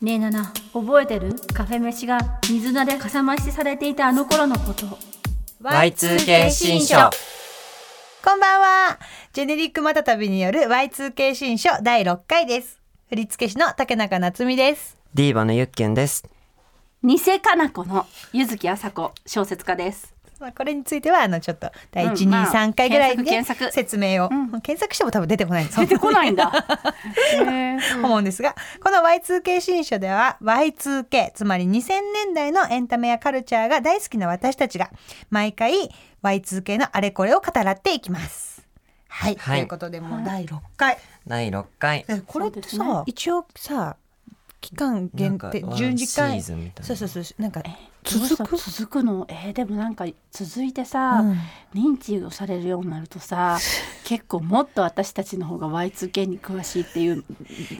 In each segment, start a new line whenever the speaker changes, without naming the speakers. ねえナナ覚えてるカフェ飯が水菜でかさ増しされていたあの頃のこと
Y2K 新書
こんばんは。ジェネリックまたたびによる Y2K 新書第6回です。振付師の竹中夏実です。
ディーバのゆっけんです。
偽かな子の柚木麻子小説家です
まあこれについてはあのちょっと第
うん
123、
まあ
3回ぐらいで
検索検索
説明を、
うん
検索しても多分出てこないんです
出てこないんだへえ
思うんですが、この Y2K 新書では Y2K つまり2000年代のエンタメやカルチャーが大好きな私たちが毎回 Y2K のあれこれを語らっていきます。はい、
はい
ということでもう第6回、
第六回。
えこれって
そうですね
さ、一応さ期間限定
なんか
10時
ワ
間
ンシーズンみたい
そ
な
うそうそうなんか
続
続
く
く
続くのえーでもなんか続いてさ、認知をされるようになるとさ結構もっと私たちの方が Y2K に詳しいっていう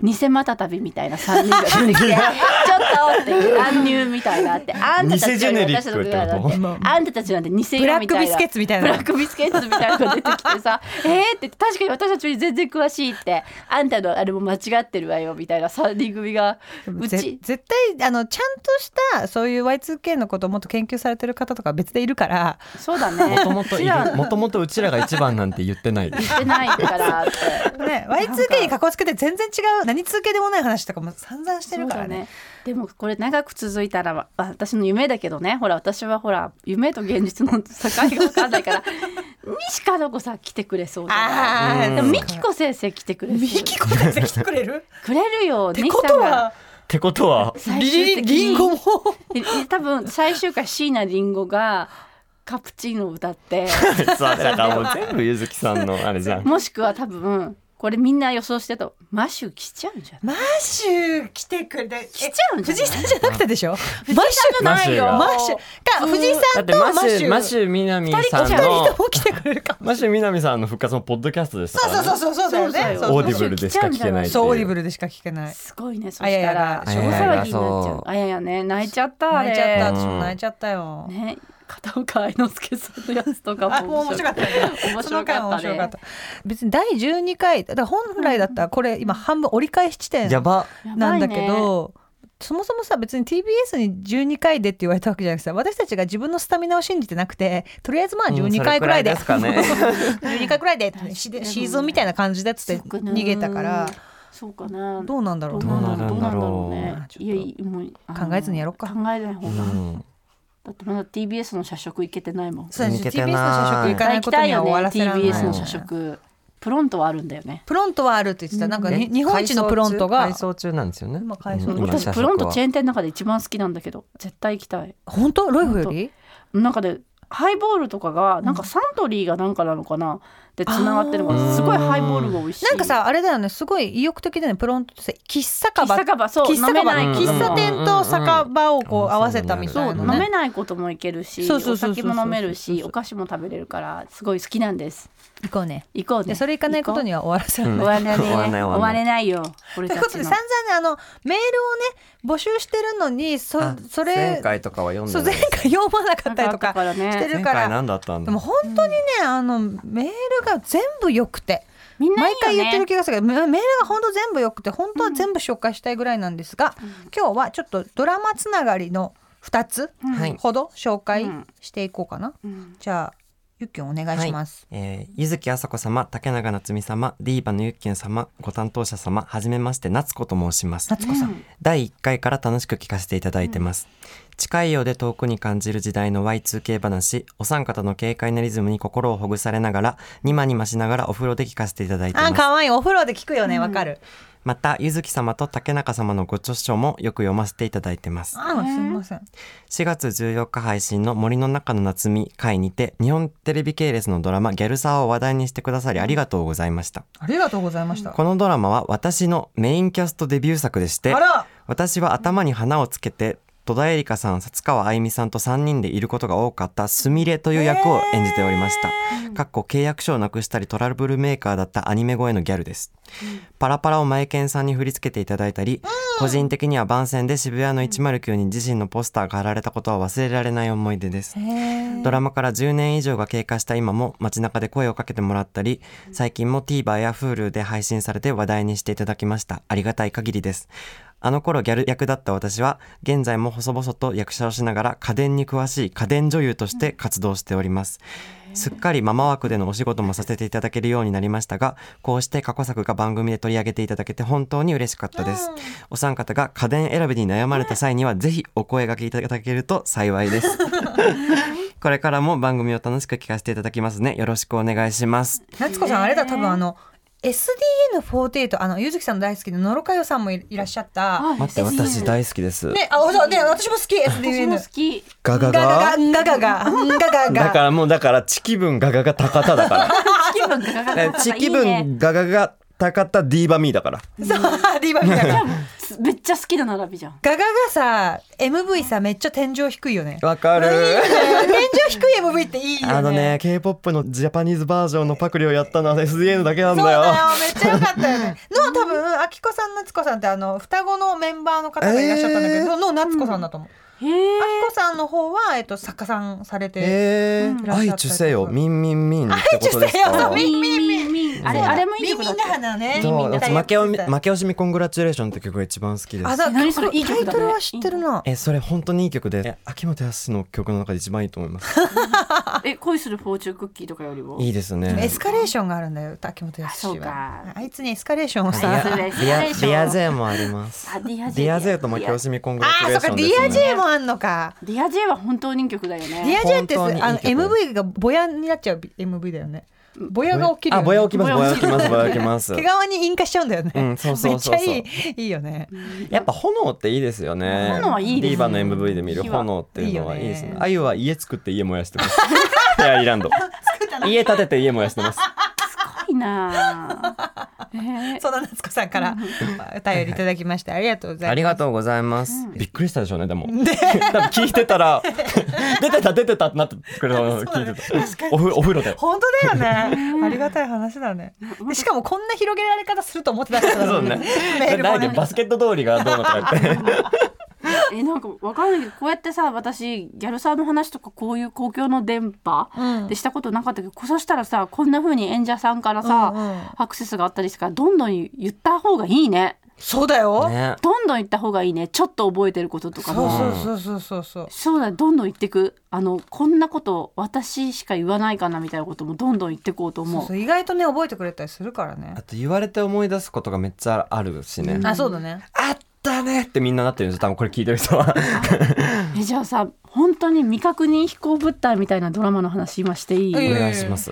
偽またたびみたいな3人が出てきてちょっとって乱入みたいなのあってあんたたち
偽ジェ
よ
ネ
り
リ
私
ッ
たち
ク
の方
って
がだって
こ
あんたたちなんて偽よみたいな
ブラックビスケッツみたいな
ブラックビスケッツみたいなのが出てきてさ えーって確かに私たちより全然詳しいってあんたのあれも間違ってるわよみたいな3人組が う
ぜ
ち
絶対あのちゃんとしたそういう Y2K のことをもっと研究されてる方とかは別でいる から
そうだね
もともとい
ちら
る。もともとうちらが一番なんて言ってない。
言ってな いからって。
ね、Y2K にかこつけて全然違う何通系でもない話とかも散々してるから ね。
でもこれ長く続いたらわ私の夢だけどねほら私はほら夢と現実の境が分かんな いから西加奈子さん来てくれそうじゃ
あ
う
なんいでも美希子先生来てくれそう
ミキコ先生来てくれ る
くれるよ
ってことは
ってことは。
西さんが最終
リ
的に
リンゴも
え多分最終回椎名林檎がカプチーノを歌 って
そうだからもう全部ゆずきさんのあれじゃん。
もしくは多分これみんな予想してたマシュー来ちゃうんじゃな
マ
い
ッシュ来てくれ来
来ちゃうんじゃない
藤井さんじゃなくてでしょ マッシュ
マシューが
マッシュか藤井
だ
さ
っ
ん
て
と
マ
マッ
シ
シ
ュ
ュ
マシュみなみさん
二人
の
とも来てくれるかも
マシュみなみさんの復活のポッドキャストですか
そう
ら
そう
ね。
そうそうそうだよ
そう
ねそうそう
だよ
オーディブルでしか聞けないってい。
そうオーディブルでしか聞けない
すごいねそ
あ
し
や
た
や
ら
が
大騒ぎになっちゃうあややね泣いちゃったあ
泣
れ
いちゃった
うん
私も泣いちゃったよ
ね、片岡愛之助さんのやつとか
あもう面白かったね
面
その
白
回
か
も
っ
面
た
白かっ
ね
た。別に第12回だから本来だったらこれ今半分折り返し地点
やば。
なんだけ
やばいね
ど、そもそもさ別に TBS に12回でって言われたわけじゃなくてさ私たちが自分のスタミナを信じてなくてとりあえずまあ
うんそ
12
れ
回くらいで,、
ですかね。
12回くらいでシ
でも
シーズンみたいな感じだっつって
そっかな
逃げたから
そうかな
どうなんだろう
どうなるんだろう
ね
ちょっと
いやいやもうあの
考えずにやろうか
考えない方
う
が、
ん。
だってまだ TBS の社食行けてないもん
そうです
抜け
TBS の
てない
社食行かないことには終わらせられない
TBS の社食プロントはあるんだよね
プロントはあるって言ってたなんかに
うん
日本一のプロントが
改装中改装中なんですよね。
今改装
うん
私プロントチェ
ン。
ーン店の中で一番好きなんだけど絶対行きたい
本当ロイフより
なんかでハイボールとかがなんかサントリーがなんかなのかなでつながってるのがすごいハイボールが美味しい
なんかさあれだよねすごい意欲的だよねプロントってさ喫茶カ
喫
バ
茶カバそう
喫茶
飲め
カバ
ない
喫茶店と酒場をこう合わせたみ
そ
た
う
い
飲
な
め
ね
ないこともいけるし
そうそう
お
そうそう
酒
そう
も飲めるし
そうそうそう
お菓子も食べれるからすごい好きなんです
行こうね
行こう
で
ね
それ行かないことには終わらせられない
終われないね
終わらない終
終わ
わらない
れないよ俺
という
た
こと
ち
で
の
散々ねあのメールをね募集してるのにそ
あ
それ
前回とかは読ん
そう
でな
前
い。
回読まなかったりとか
なかったからね
してる
前
か
回
ら
何だったん
で
だ
も。本当にねあのメールが全部良くて
みんないい
毎回
よ
言ってる
ね
気がするけどメメールが本当全部良くて本当は全部紹介したいぐらいなんですが今日はちょっとドラマつながりの2つ
はい
ほど紹介
うん
していこうかな
うん
じゃあゆっきゅんお願いします
はい、えー、ゆずきあさこ様、竹永夏実様、ディーバのゆっきゅん様、ご担当者様、はじめまして、夏子と申します。
夏子さん
第1回から楽しく聞かせていただいてます。近いようで遠くに感じる時代の Y2K 話、お三方の軽快なリズムに心をほぐされながら、にまにましながらお風呂で聞かせていただいてま
あ
す。
可愛いお風呂で聞くよねわかる
また、ゆずき様と竹中様のご著書もよく読ませていただいてます。
あーすみません
4月14日配信の森の中の夏み会にて、日本テレビ系列のドラマギャルサーを話題にしてくださりありがとうございました。
ありがとうございました
このドラマは私のメインキャストデビュー作でして
あら
私は頭に花をつけて戸田恵梨香さん薩川あゆみさんと3人でいることが多かったすみれという役を演じておりました、かっこ契約書をなくしたりトラブルメーカーだったアニメ声のギャルです、パラパラをマエケンさんに振り付けていただいたり、個人的には番宣で渋谷の109に自身のポスターが貼られたことは忘れられない思い出ですドラマから10年以上が経過した今も街中で声をかけてもらったり、最近も TVer や Hulu で配信されて話題にしていただきました。ありがたい限りです。あの頃ギャル役だった私は、現在も細々と役者をしながら家電に詳しい家電女優として活動しております。すっかりママ枠でのお仕事もさせていただけるようになりましたが、こうして過去作が番組で取り上げていただけて本当に嬉しかったです。お三方が家電選びに悩まれた際には、ぜひお声掛けいただけると幸いです。これからも番組を楽しく聞かせていただきますね。よろしくお願いします。
夏子さんあれだ多分あの SDN48 あのゆずきさんの大好きな野呂佳代さんもいいらっしゃった。
あ
待って、私
SDN
大好きです。
ねあそうね私も好き SDN。
私も好き
ガガ
ガ
ガ
ガガガガガガガ
だか
ガ。
らもうだから地気分ガガガ高田だか
気分が
らね地気分ガガガ高田ディーバミーだから
そうリバみたいな。
めっちゃ好きな並びじゃん
ガガがさ MV さめっちゃ天井低い よね。
わかる
天井低い MV っていいよね。
あのね K-POP のジャパニーズバージョンのパクリをやったのは SDN だけなん
そう
だ
だ
よ
よめっちゃ良かったよね。の多分あきこさん夏子さんってあの双子のメンバーの方がいらっしゃったんだけど、
えー
の夏子さんだと思う。
へえ
あきこさんの方はえっと作家さんされて。
え
うん
ー、愛知せよミンミンミンってことで
愛知
す
せよ
か
ミンミンミ
ミンあれあれもい
み
い
ん
曲だ
な
っ
だ
た
花ね。
そう
みんな
負けを負け惜しみコングラチュレーションって曲が一番好きです
あだ
何それいい曲だね
タイトルは知ってるな。
えそれ本当にいい曲でえ秋元康の曲の中で一番いいと思います
え恋するフォーチュンクッキーとかよりも
いいです
エ
ね
スカレーションがあるんだよ秋元
あそ
康
う
は
か
あいつにエスカレーションを
デ
さ
や
ィアディアディアゼーもあります
あディア
デ
ゼ
ィアゼーと負け惜しみコングラチ
あ
ュ
ー
レ
そっ
ーショ
か
ン
デ
で
ィ
すね
ア J もあんのか
ディアジェは本当にいい曲だよ
ディ
ね
ア J って
本当にいい曲
あの MV がボヤになっちゃう MV だよねボヤが起きるよ
あ
ね
ぼや起きますぼ
ぼ
や
や
起
起き
き
ま
ま
すす
ぼや起きます
毛皮に引火しちゃうんだよね
うんそうそうそうそう
めっちゃいいいいよね
やっぱ炎っていいですよね
炎はいいですね
ディーバの MV で見る
火は
炎っていうのはいいで
いい
すね
よね
あゆは家作って家燃やしてますフェアリーランド家建てて家燃やしてます
いいなあえー
そんな夏子さんからお便りいただきましてありがとうございます
ありがとうございますびっくりしたでしょうねでも多分聞いてた ら出てた出てたってなってくれたの聞いてたおふお風呂で
本当だよね。ありがたい話だね。でしかもこんな広げられ方すると思ってなかったか
そ
ら
うね
メールも
なん
ね
でバスケット通りがどうのとか言って
えなんかわかんないけどこうやってさ私ギャルサーの話とかこういう公共の電波
うん
でしたことなかったけど、そしたらさこんな風に演者さんからさ、
うんうん
アクセスがあったりしたからどんどん言った方がいいね
そうだよ。
ね
どんどん言った方がいいねちょっと覚えてることと
そ
か
う
も
そうそうそうそうそう。
そうだどんどん言ってくあのこんなこと私しか言わないかなみたいなこともどんどん言ってこうと思う
そうそう意外とね覚えてくれたりするからね
あ。と言われて思い出すことがめっちゃあるしね
あそうだね。
あったねってみんななってるんですよ多分これ聞いてる人は
えじゃあさ本当に未確認飛行物体みたいなドラマの話今していい、
いい
お
よ
願いします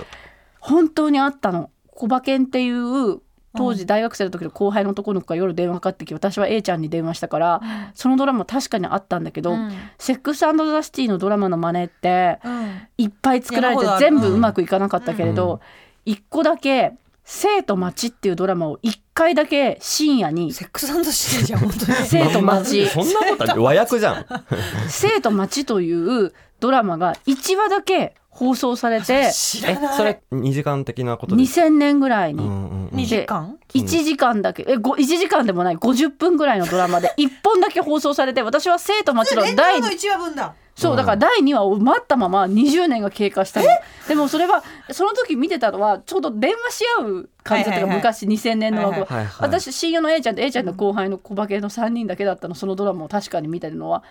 本当にあったの小馬犬っていう当時大学生の時の後輩の男の子が夜電話かかってきて私は A ちゃんに電話したからそのドラマ確かにあったんだけ
う
ど、
ん
セックスザ・シティのドラマの真似って
うん。
いっぱい作られ
山
て
ほどある
全部うまくいかなかったけれど、一個だけ「生と町」っていうドラマを一回だけ深夜に
セックスシティじゃん本当に。
生と町
そんなことある和訳じゃん
「生と町」というドラマが1話だけ放送されて
知
え
らない。
それ二時間的なことです
2000年ぐらいに。
うんうんうん
二時間？
うん
1時間だけえご1時間でもない50分ぐらいのドラマで1本だけ放送されて私は生と町の
レン
第
の一話分だ。
そうだから第2話を待ったまま20年が経過したのでもそれはその時見てたのはちょうど電話し合う感じだった
はいはいはい
が昔2000年の
はい
枠
は
はいはい
私親友の A ちゃんと A ちゃんの後輩の小化けの3人だけだったのそのドラマを確かに見てるのは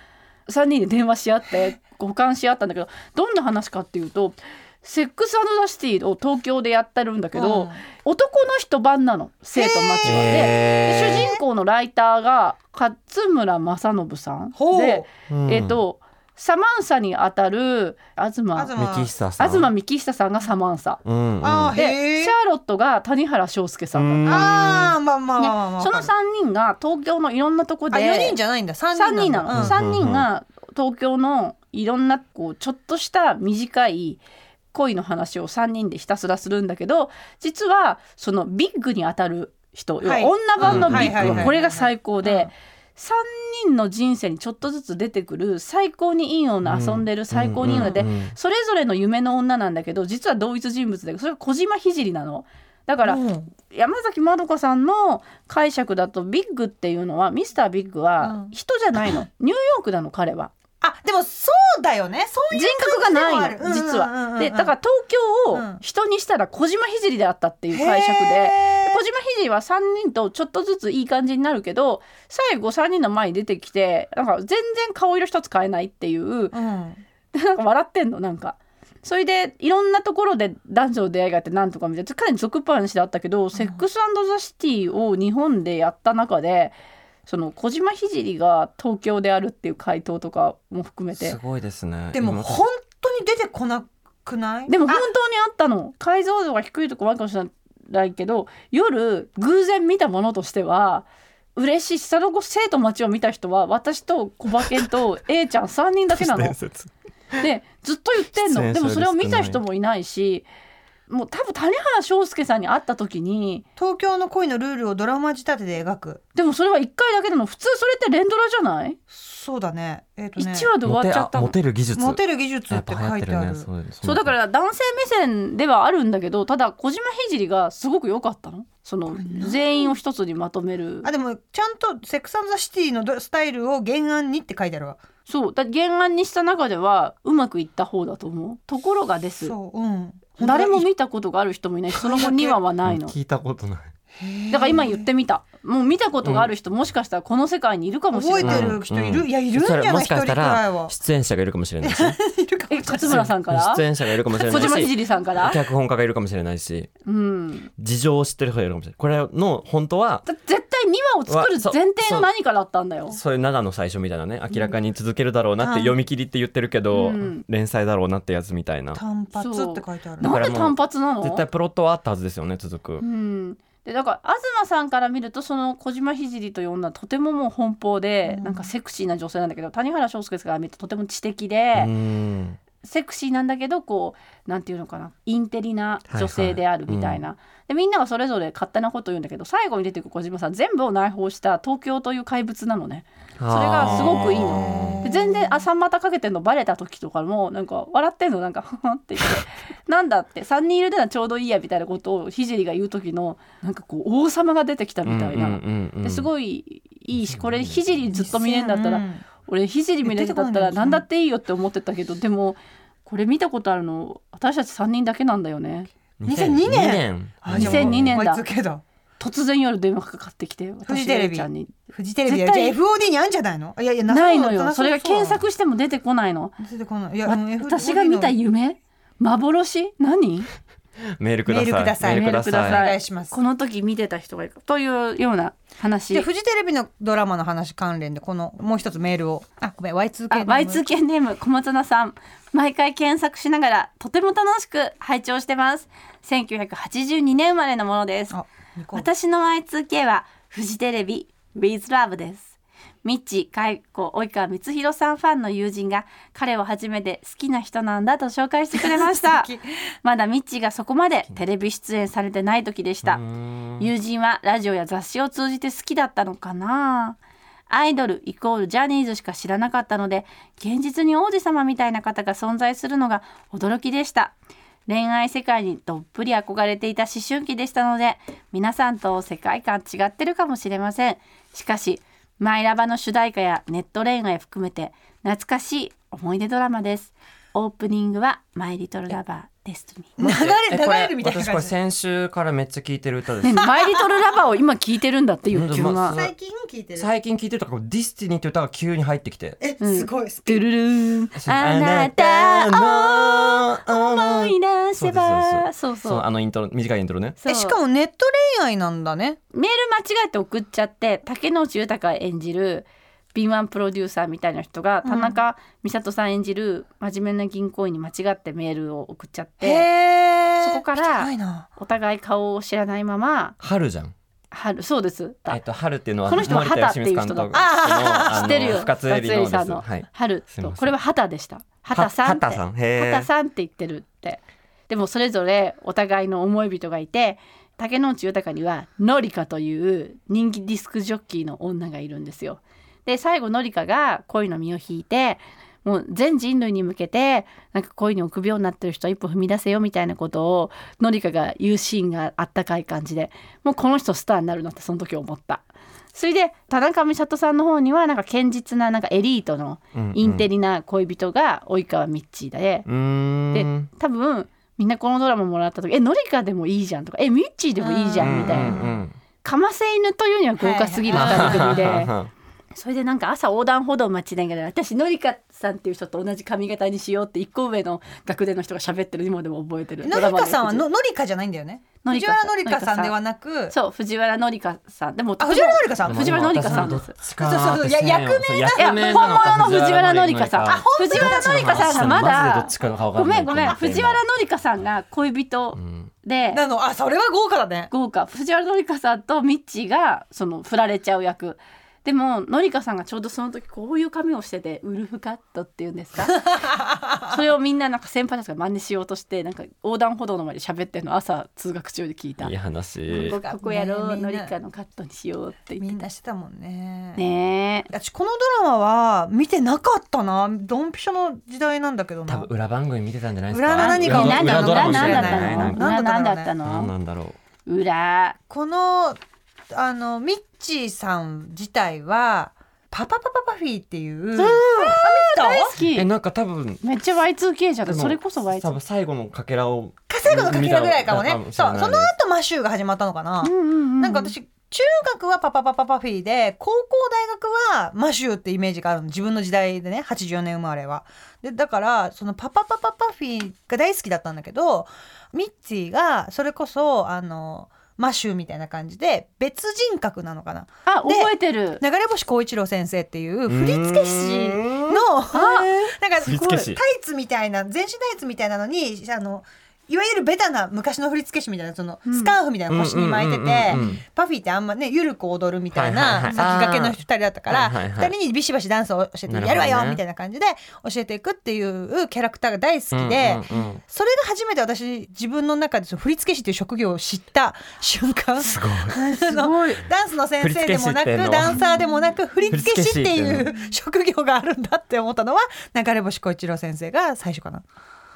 3人で電話し合って互換し合ったんだけどどんな話かっていうと「セックスザ・シティ」を東京でやってるんだけど、
うん
男の人版なの生徒町はで
へー
で主人公のライターが勝村政信さん
ほう
で、
うん
えっ、とサマンサにあたる東
東
幹久さん
東幹久さんがサマンサ
うんうん
あーへ
で
え
シ。ャーロットが谷原章介さんだっ
ああまあまあ
た、ね
まあまあ。
その3人が東京のいろんなとこ
あ
で
四人じゃないんだ。三
3
人
人
な
なんの、
だ。
3
三
人が東京のいろんなこうちょっとした短い恋の話を3人でひたすらするんだけど実はそのビッグに当たる人、要は
はい
女版のビ
うんはいはい
ッ
は
グ
い
これが最
う
高
ん
で。3人の人生にちょっとずつ出てくる最高にいい女遊んでる最高にいい女で
うんうんうんうん
それぞれの夢の女なんだけど実は同一人物でそれが小島聖なのだから
うん
山崎まどかさんの解釈だとビッグっていうのはミスタービッグ
う
は
ん
人じ ゃないの、ニューヨークなの彼は
あでもそうだよね。そういう
人格がない
感
の
じで
実
はあるうんうんうんうん
はでだから東京
う
を
ん
人にしたら小島聖だったっていう解釈で
へー
小島時は3人とちょっとずついい感じになるけど最後3人の前に出てきてなんか全然顔色一つ変えないっていう
うん
でなんか笑ってんのなんか。それでいろんなところで男女の出会いがあってなんとかみたいなかなり俗っぽい話だったけど、セックスザ・シティを日本でやった中でその小島聖が東京であるっていう回答とかも含めて
すごいですね
でも
今
本当に出てこなくない
でも
あ
本当にあったの解像度が低いとこもあるかもしれないけど夜偶然見たものとしては嬉しいその後生徒町を見た人は私と小馬犬と A ちゃん3人だけなの
伝説
でずっと言ってん
出
の
演者
でもそれを見た
リス
人
トない
もいないしもう多分谷原章介さんに会った時に
東京の恋のルールをドラマ仕立てで描く
でもそれは1回だけなの普通それって連ドラじゃない、
そうだねえっ、とね
?1 話で終わっちゃった
モテあ
の
モテる技術
モテる技術
や
っ
ってぱ流行
書
っ
い
て
て
る
あ
ね
る
そう
そうだから男性目線ではあるんだけどただ小島聖がすごく良かったのその全員を一つにまとめる
あでもちゃんと「セックス・アンド・ザ・シティ」のドスタイルを原案にって書いてあるわ
そうだ原案にした中ではうまくいった方だと思うところがです
そううん
誰も
本
見たことがある人もいないしその後2話はないの
聞いたことない
だから今言ってみたもう見たことがある人もしかしたらこの世界にいるか
当
も
に
しれ
覚
な
え
い
てる人いる、いやいるんじゃない一人
そしたらもしか
く
した
らい
ら
は
出演者がいるかもしれないし
いるかも
え勝村さんから
出演者がいるかもしれ
小島
ない
聖
し
さんから
脚本家がいるかもしれないし
うん
事情を知ってる人がいるかもしれないこれの本当は
だ絶対2話を作る前提の何かだったんだよ
そういう長野最初みたいなね明らかに続けるだろうなって読み切りって言ってるけど、
うん
連載だろうなってやつみたいな
単発って書いてある
だ
な
から
んで
もう
単発なの
絶対プロットはあったはずですよね続く、
うん、でだから東さんから見るとその小島聖という女はとてももう奔放で、
うん
なんかセクシーな女性なんだけど谷原章介から見るととても知的で、
うん
セクシーなんだけどこうなんていうのかなインテリな女性であるみたいな、でみんながそれぞれ勝手なこと言うんだけど最後に出てくる小島さん全部を内包した東京という怪物なのね
それ
がすごくいい
の
で全然あ三股かけてんのバレた時とかもなんか笑ってんのなんかふふんって言ってなんだって3人いるならちょうどいいやみたいなことを聖が言う時のなんかこう王様が出てきたみたいな、です
い
ごいいいしこれ聖ずっと見れるんだったら、
うん
俺聖見れるんだったら何だっていいよって思ってたけどでもこれ見たことあるの私たち3人だけなんだよね
2002年あじゃあもう
2002年だ
Y2K だ
突然夜電話かかってきて
フ
私
ジテレビ
ちゃんに
フジテレビで
絶
じゃあ
対
FOD にあんじゃないのいやいや
ないの
さそう
よ
な
それが検
そう
索しても出てこないの
なの出てこないいや
わ
うん FOD の
私が見た夢幻何
メールください
メールください
メールくだ
メールくだ
さ
さ
い
お願いします
この時見てた人がいるというような話
じゃあフジテレビのドラマの話関連でこのもう一つメールをあごめん Y2K
あ
の
Y2K ネーム小松菜さん毎回検索しながらとても楽しく拝聴してます1982年生まれのものです
あニコ
私の Y2K はフジテレビ WithLove ですミッチー、カイコ、及川光弘さんファンの友人が彼を初めて好きな人なんだと紹介してくれました
素敵
まだミッチーがそこまでテレビ出演されてない時でした友人はラジオや雑誌を通じて好きだったのかなアイドルイコールジャニーズしか知らなかったので現実に王子様みたいな方が存在するのが驚きでした恋愛世界にどっぷり憧れていた思春期でしたので皆さんと世界観違ってるかもしれませんしかしマイラバの主題歌やネット恋愛含めて懐かしい思い出ドラマですオープニングはマイリトルラバーデストニ ー
流れ
えこ
流
れ
れるみたいな
私こ
感
れ
じ
先週からめっちゃ聞いてる歌で す
ねマイリトルラバーを今聞いてるんだっていう気分
う
が
んまあ
最近聞いてる
最近聞いてるとかディスティニーって歌が急に入ってきて
えすごいス
ドゥルルーンあなたを
た
思い出せばそう
そ
そう
うあのイントロ短いイントロね
そう
えしかもネット恋愛なんだね
メール間違えて送っちゃって竹野内豊演じる敏腕プロデューサーみたいな人が田中美里さん演じる真面目な銀行員に間違ってメールを送っちゃって
へー
そこから
見てないな
お互い顔を知らないまま
春じゃん
春そうです
えっと春っていうのは
この人は
森田
畑っていう人だ
芳光監督の
知ってるよ
あの深津絵里
さ
の
ん
で
の
すはい
春
すいま
と
せん
これは畑でした畑さんって
は畑さんへー
畑さんって言ってるってでもそれぞれお互いの思い人がいて竹野内豊にはノリカという人気ディスクジョッキーの女がいるんですよで最後ノリカが恋の身を引いてもう全人類に向けてなんか恋に臆病になってる人は一歩踏み出せよみたいなことをノリカが言うシーンがあったかい感じでもうこの人スターになるなってその時思ったそれで田中美里さんの方にはなんか堅実ななんかエリートのインテリな恋人が及川ミッチーで、
うーん
多分みんなこのドラマもらった時「えノリカでもいいじゃん」とか「えミッチーでもいいじゃ」
うん
みたいな
うん
かませ犬というには豪華すぎる2人組で、それでなんか朝横断歩道を待ちながら私のりかさんっていう人と同じ髪型にしようって一個上の学年の人が喋ってる今でも覚えてる
のりかさんはののりかじゃないんだよね
のり
藤
か
原のりかさんではなく
そう藤原のりかさんでも
あ藤原のりかさん
藤原紀香さんです
そうそうそういや役名
いや本物の藤原紀香さん
あ本当
藤原紀香さんがまだごめんごめん藤原紀香さんが恋人で
なのあそれは豪華だね
豪華藤原紀香さんとミッチーがその振られちゃう役でも紀香さんがちょうどその時こういう髪をしててウルフカットっていうんですかそれをみんななんか先輩たちが真似しようとしてなんか横断歩道の前で喋ってるの朝通学中で聞いた
いい話
ここやろ
ね
う
みん
紀
な
香のカットにしようって
み
言っ
ん
て
なしてたもんね
たねえ
私このドラマは見てなかったなドンピシャの時代なんだけど
多
な
分裏番組見てたんじゃないです
裏
か
の何かを
何
裏
だ
ドラマ
何
も
だ
し
っ
れ
た
ない
の
なんか
なんだろうね
何だった
何
の
なんだろ
裏
このあのミッチーさん自体はパパパパパフィーっていう、あ見た
大好
うえ
き
なんか多分
めっちゃ Y2K じゃんそれこそ
多
Y2K
分最後のかけらを
最後のかけらぐらいかもね
見た
そ
の
う
か
そ
もしれ
の
ない
後マシューが始まったのかな、なんか私中学はパパパパパフィーで高校大学はマシューってイメージがあるの自分の時代でね84年生まれはでだからそのパパパパパフィーが大好きだったんだけどミッチーがそれこそあのマシューみたいな感じで別人格なのかな
あ
で
覚えてる
流れ星光一郎先生っていう振付師のなんかすごいタ
振付師
イツみたいな全身タイツみたいなのにあのいわゆるベタな昔の振付師みたいなその
うん
スカーフみたいなの腰に巻いてて、
うんうんうんうん
パフィーってあんまねゆるく踊るみたい
はいは
ない
はい
先駆けの二人だったから
あーはい
二
はいはい
人にビシバシダンスを教えて
なるほど
や
ね
るわよみたいな感じで教えていくっていうキャラクターが大好きで。
うんうんうん
それが初めて私自分の中でその振付師という職業を知った瞬間
すご い
すごい
ダンスの先生でもな
振付師って
く
の
ダンサーでもなく振付
付
師
師
っ
ってて
い
いう
う職業があるんだって思ったのは流れ星小一郎先生が最初かな。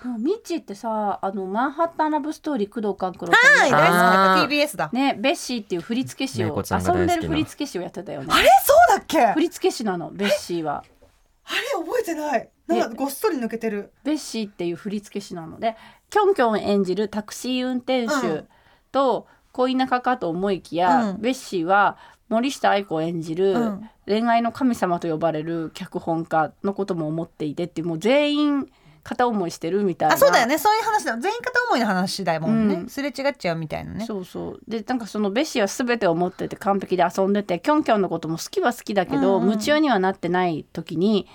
でもミッチーってさあのマンハッタンラブストーリー工藤官九郎
は
さ
い、
ん
大
が
好きだっ
あー
た TBS だ。
ねベッシーっていう振付師
ね
を
こちゃんが大
遊ん
好きな
でる振付師をやってたよね
あれそうだっけあれ
振付師なのベッシーは
覚えてない。なんかごっそり抜けてる。
ベッシーっていう振付師なのでキョンキョン演じるタクシー運転
う
手
ん
と恋仲かと思いきや、
うん
ベッシーは森下愛子を演じる
うん
恋愛の神様と呼ばれる脚本家のことも思っていてっていうもう全員片思いしてるみたいな
あ、そうだよね。そういう話だ。全員片思いの話だもんね。
うん
すれ違っちゃうみたいなね。
そうそうでなんかそのベシは全てを持ってて完璧で遊んでてキョンキョンのことも好きは好きだけど、
うんうん
夢中にはなってない時に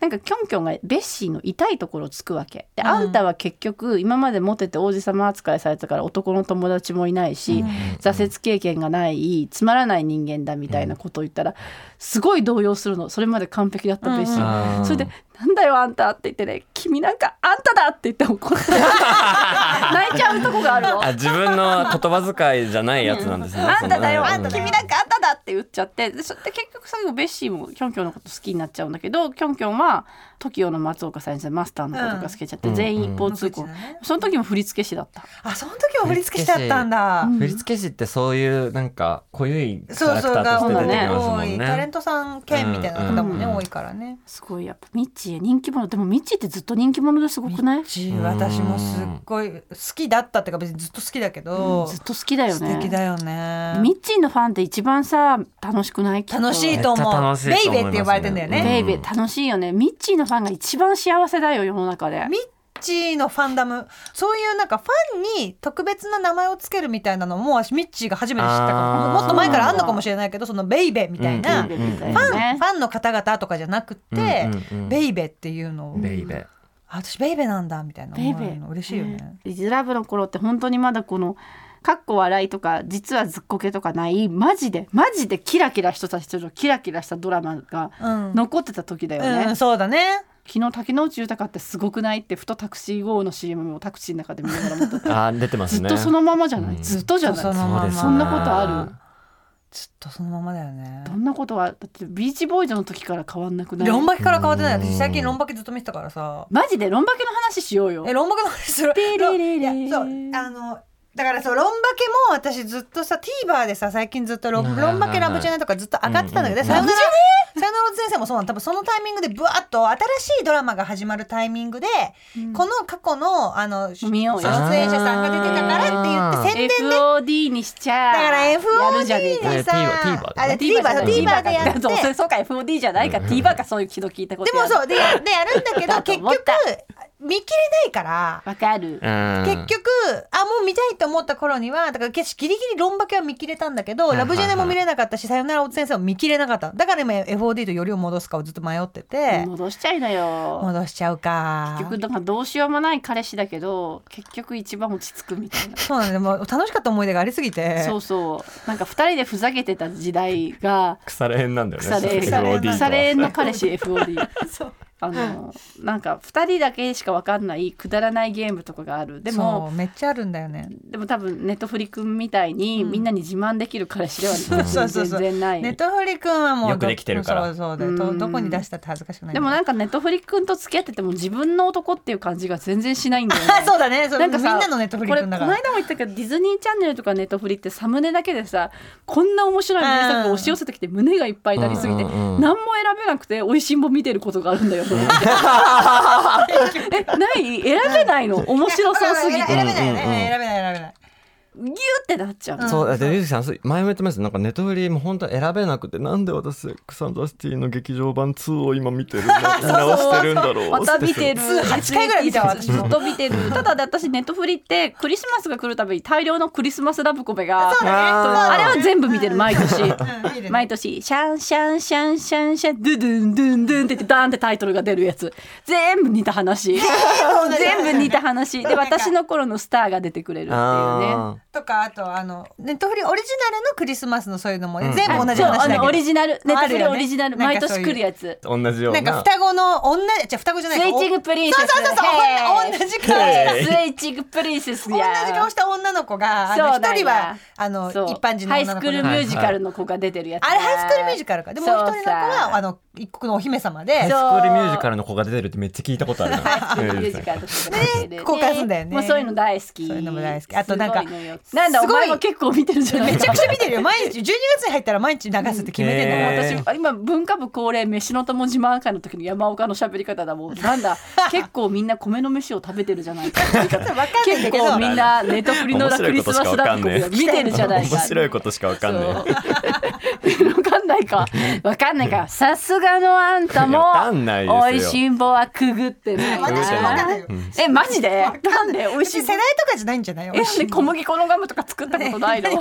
なんかキョンキョンがベッシーの痛いところをつくわけで、
うん
あんたは結局今までモテて王子様扱いされたから男の友達もいないし、挫折経験がないつまらない人間だみたいなことを言ったら、すごい動揺するのそれまで完璧だったベッシーが、
あー
それで「なんだよあんた」って言ってね「君なんかあんただ!」って言って怒っ て泣いちゃうとこがあるの。
あ自分の言葉遣いじゃないやつなんですね
あんただよ、
その
あんた君なんかあんただって言っちゃってでそで結局最後ベッシーもキョンキョンのこと好きになっちゃうんだけどキョンキョンは TOKIO の松岡さんにマスターのことが好きちゃって、
うん
全員一方通行、
うんうん
その時も振り付け師だった、
あ、その時も振り付けしちゃったんだ。
うん
振付師ってそういうなんか濃ゆいキ
そ
ャ
う
ラ
そう
クタ
が
ーと
多
して出てきますもん
い
ね。
タレントさん兼みたいな方もね、
うんうん
多いからね。
すごいやっぱミッチー人気者でもミッチーってずっと人気者ですごくないず
私私もすっごい好きだったっていうか別にずっと好きだけど、
っと好きだよ
素敵
ね
だよね
ミッチーのファンって一番さ楽しくないきっと
楽しいと思
めっちゃ
う
楽しい
ベイベ
と思いますね
ーって呼ばれてんだよ
うん
ね、
ベイベー楽しいよねミッチーのファンが一番幸せだよ世の中で
ミッチーのファンダムそういうなんかファンに特別な名前をつけるみたいなのも私ミッチーが初めて知ったから
あー
もっと前からあんのかもしれないけどそのベイベーみたいな、
うん
ベ
う
イ
ん
ベーみたい
ファン
なね
ファンの方々とかじゃなくて、
うんうんうん
ベイベーっていうのを
ベイベー。
あ私ベイベーなんだみたいな
ベイ
思
ベ
える
ー
の嬉しいよね、
うんイズラブの頃って本当にまだこのかっこ笑いとか実はずっこけとかないマジでマジでキラキラ人たちのキラキラしたドラマが
うん
残ってた時だよね、
うん、そうだね
昨日竹野内豊ってすごくないってふとタクシー号の CM をタクシーの中で見ながら 思ってた
あー出てます
ずっ
ね。
とそのままじゃない、
うん
ずっとじゃない
そうその
そうですね
そんなことある
ずっとそのままだよね
どんなことはだってビーチボーイズの時から変わんなくない
ロンバケから変わってない
うん
私最近ロンバケずっと見てたからさ
マジでロンバケの話しようよ
えロンバケの話する
レレレレ
いやそうあのだからそうロンバケも私ずっとさ TVer でさ最近ずっとロン
はいはい
ロ
はい
ンバケラブジェネとかずっと上がってたんだけど、
うん
さよなら
ラブジ
さ北野ローズ先生もそうなの多分そのタイミングでブワーッと新しいドラマが始まるタイミングで、この過去のあの出
見
演
よ
者
うよ
さんが出てたからって言って宣伝で
FOD にしちゃ
だから
やるじゃねえ
FOD
か
にさ
TVer
あで
TVer じ
TVer
ゃな
だ
い
TVer でやって
そうそうそうか FOD じゃないか TVer かそういう気の聞いたこと
でも
やだ
そうでやでやるんだけど
だと
結
思っ
局
た
見切れないから
わかる
結
結局あもう見たいと思った頃にはだから決してギリギリ論化けは見切れたんだけど「
はいは
ラ
い
ブジェネ」も見れなかったし「さよならおつ先生」も見切れなかっただから今 FOD とよりを戻すかをずっと迷ってて
戻しちゃいなよ
戻しちゃうか
結局だからどうしようもない彼氏だけど結局一番落ち着くみたいな
そうなんでもう楽しかった思い出がありすぎて
そうそうなんか二人でふざけてた時代が
腐れ縁なんだよね
腐れ
腐れ縁
FOD は
腐れ縁の彼 氏 FOD
そう
あのなんか二人だけしかわかんないくだらないゲームとかがあるで
そ
も
うめっちゃあるんだよね
でも多分ネットフリ君みたいにみんなに自慢できる彼氏では
そうそう
全
そう
然ない
ネットフリ君はもう
よくできてるから
そうそうで
う
ど
ん
どこに出したって恥ずかしくない
でもなんかネットフリ君と付き合ってても自分の男っていう感じが全然しないんだよね
そうだねそう
なんかさ
みんなのネットフリ
これ
君
こ
だ
の
か
間
ら
も言ったけどディズニーチャンネルとかネットフリってサムネだけでさこんな面白い名作を押し寄せてきて胸がいっぱいになりすぎて、
うんうんうん
何も選べなくて美味しんぼ見てることがあるん だよ。えない選べないの面白そうすぎて
選
ギ
べ
ュ
ないよね
うんうんうん
選べない選べない
ーってなっちゃうの。
そうだってゆうきさんそう前も言ってましたなんかネットフリーも本当は選べなくてなんで私エクサンダーシティの劇場版2を今見てるんだ見直してる んだろう
また見てる
って
8回ぐらい見たわ私
ずっと見てるただで私ネットフリってクリスマスが来るたびに大量のクリスマスラブコメが
そう
あー
だ
あ
ね
れは全部見てる毎年
うんいいね
毎年シャンシャンシャンシャンシャンドゥドゥンドゥンドゥンって言ってダーンってタイトルが出るやつ全部似た話全部似た話で私の頃のスターが出てくれるっていうね
あ
とかあとあのネットフリオリジナルのクリスマスのそういうのも、
ん
全部同じ話だ
そう
け
あの
ど
オリジナルネットフ
ある
リ
よ
オ
ね
リジナル
なん
毎
かそう
年
いう
来るやつ
ー同じよう
な
なん
か双子の女じゃあ双子じゃ
ス
な
イ
いか
ッチングプリンセス
そうそうそうそう
ヘイ
同じ顔した
ヘイ
スイッチングプリンセス
同じ
や
顔した女の子があ
そ
の
うなん
一
や
人はあの一
そう
般人の
ハイ
女
ス
の
ク
子
ール
の
ミュージカルの子が出てるやつ
あれハイスクールミュージカルかでもう一人の子
そ
は
うさ
あの一国のお姫様で
そう
スクールミュージカルの子が出てるってめっちゃ聞いたことあるな。
ミュージカルとか出てる
公開すんだよね
もうそういうの大好き
そういうのも大好きあとなんか
すごいのよなんだ
す
お
ごい
前も結構見てるじゃない
めちゃくちゃ見てるよ毎日12月に入ったら毎日流すって決めてんだから、
へえ
私今文化部恒例飯の友島会の時の山岡の喋り方だもんなんだ結構みんな米の飯を食べてるじゃないかって言い方
わかんないんだ
結
けど
構みんなネットフリの裏ク
面白
リ
い
ス
こと
マ
しか
ス
わか
ラ
ん
ブコ
ねえ
メを見てるじゃないか
面白いことしかわかんねえ。
そう わかんないかわかんないかさすがのあんた
いやわか
も
んないですよ
おいしんぼはくぐってないな
くぐってない
えマジでなんでおいし
私
ん
世
ぼ
代とかじゃないんじゃない
えなんで小麦粉のガムとか作ったことないの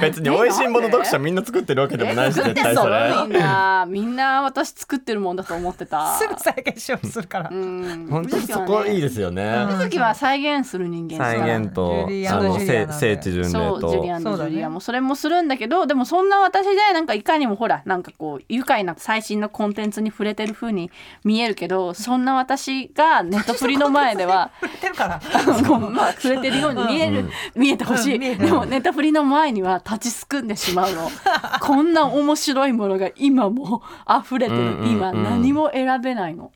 別に美味しんぼの読者みんな作ってるわけでもないし
作っ
絶
て
対
そ
そう
みん
れ。
なみんな私作ってるもんだと思ってた
すぐ再現しようとするから、
うん
本当にそこいいですよね。
水木は再現する人間
再現と
ジュリア
あ
ン
の
ジュリア
聖
なんで
聖地巡礼
そうジュ
と
リアン
そう
とジ
だね
ュリアもそれもするんだけどでもそんな私でなんかいかにもほらなんかこう愉快な最新のコンテンツに触れてる風に見えるけどそんな私がネットフリの前では
触れてるから
こう まあ触れてるように見える、見えてほしい、
うん見えてる
でもネットフリの前には立ちすくんでしまうのこんな面白いものが今も溢れてる、
うんうんうん
今何も選べないの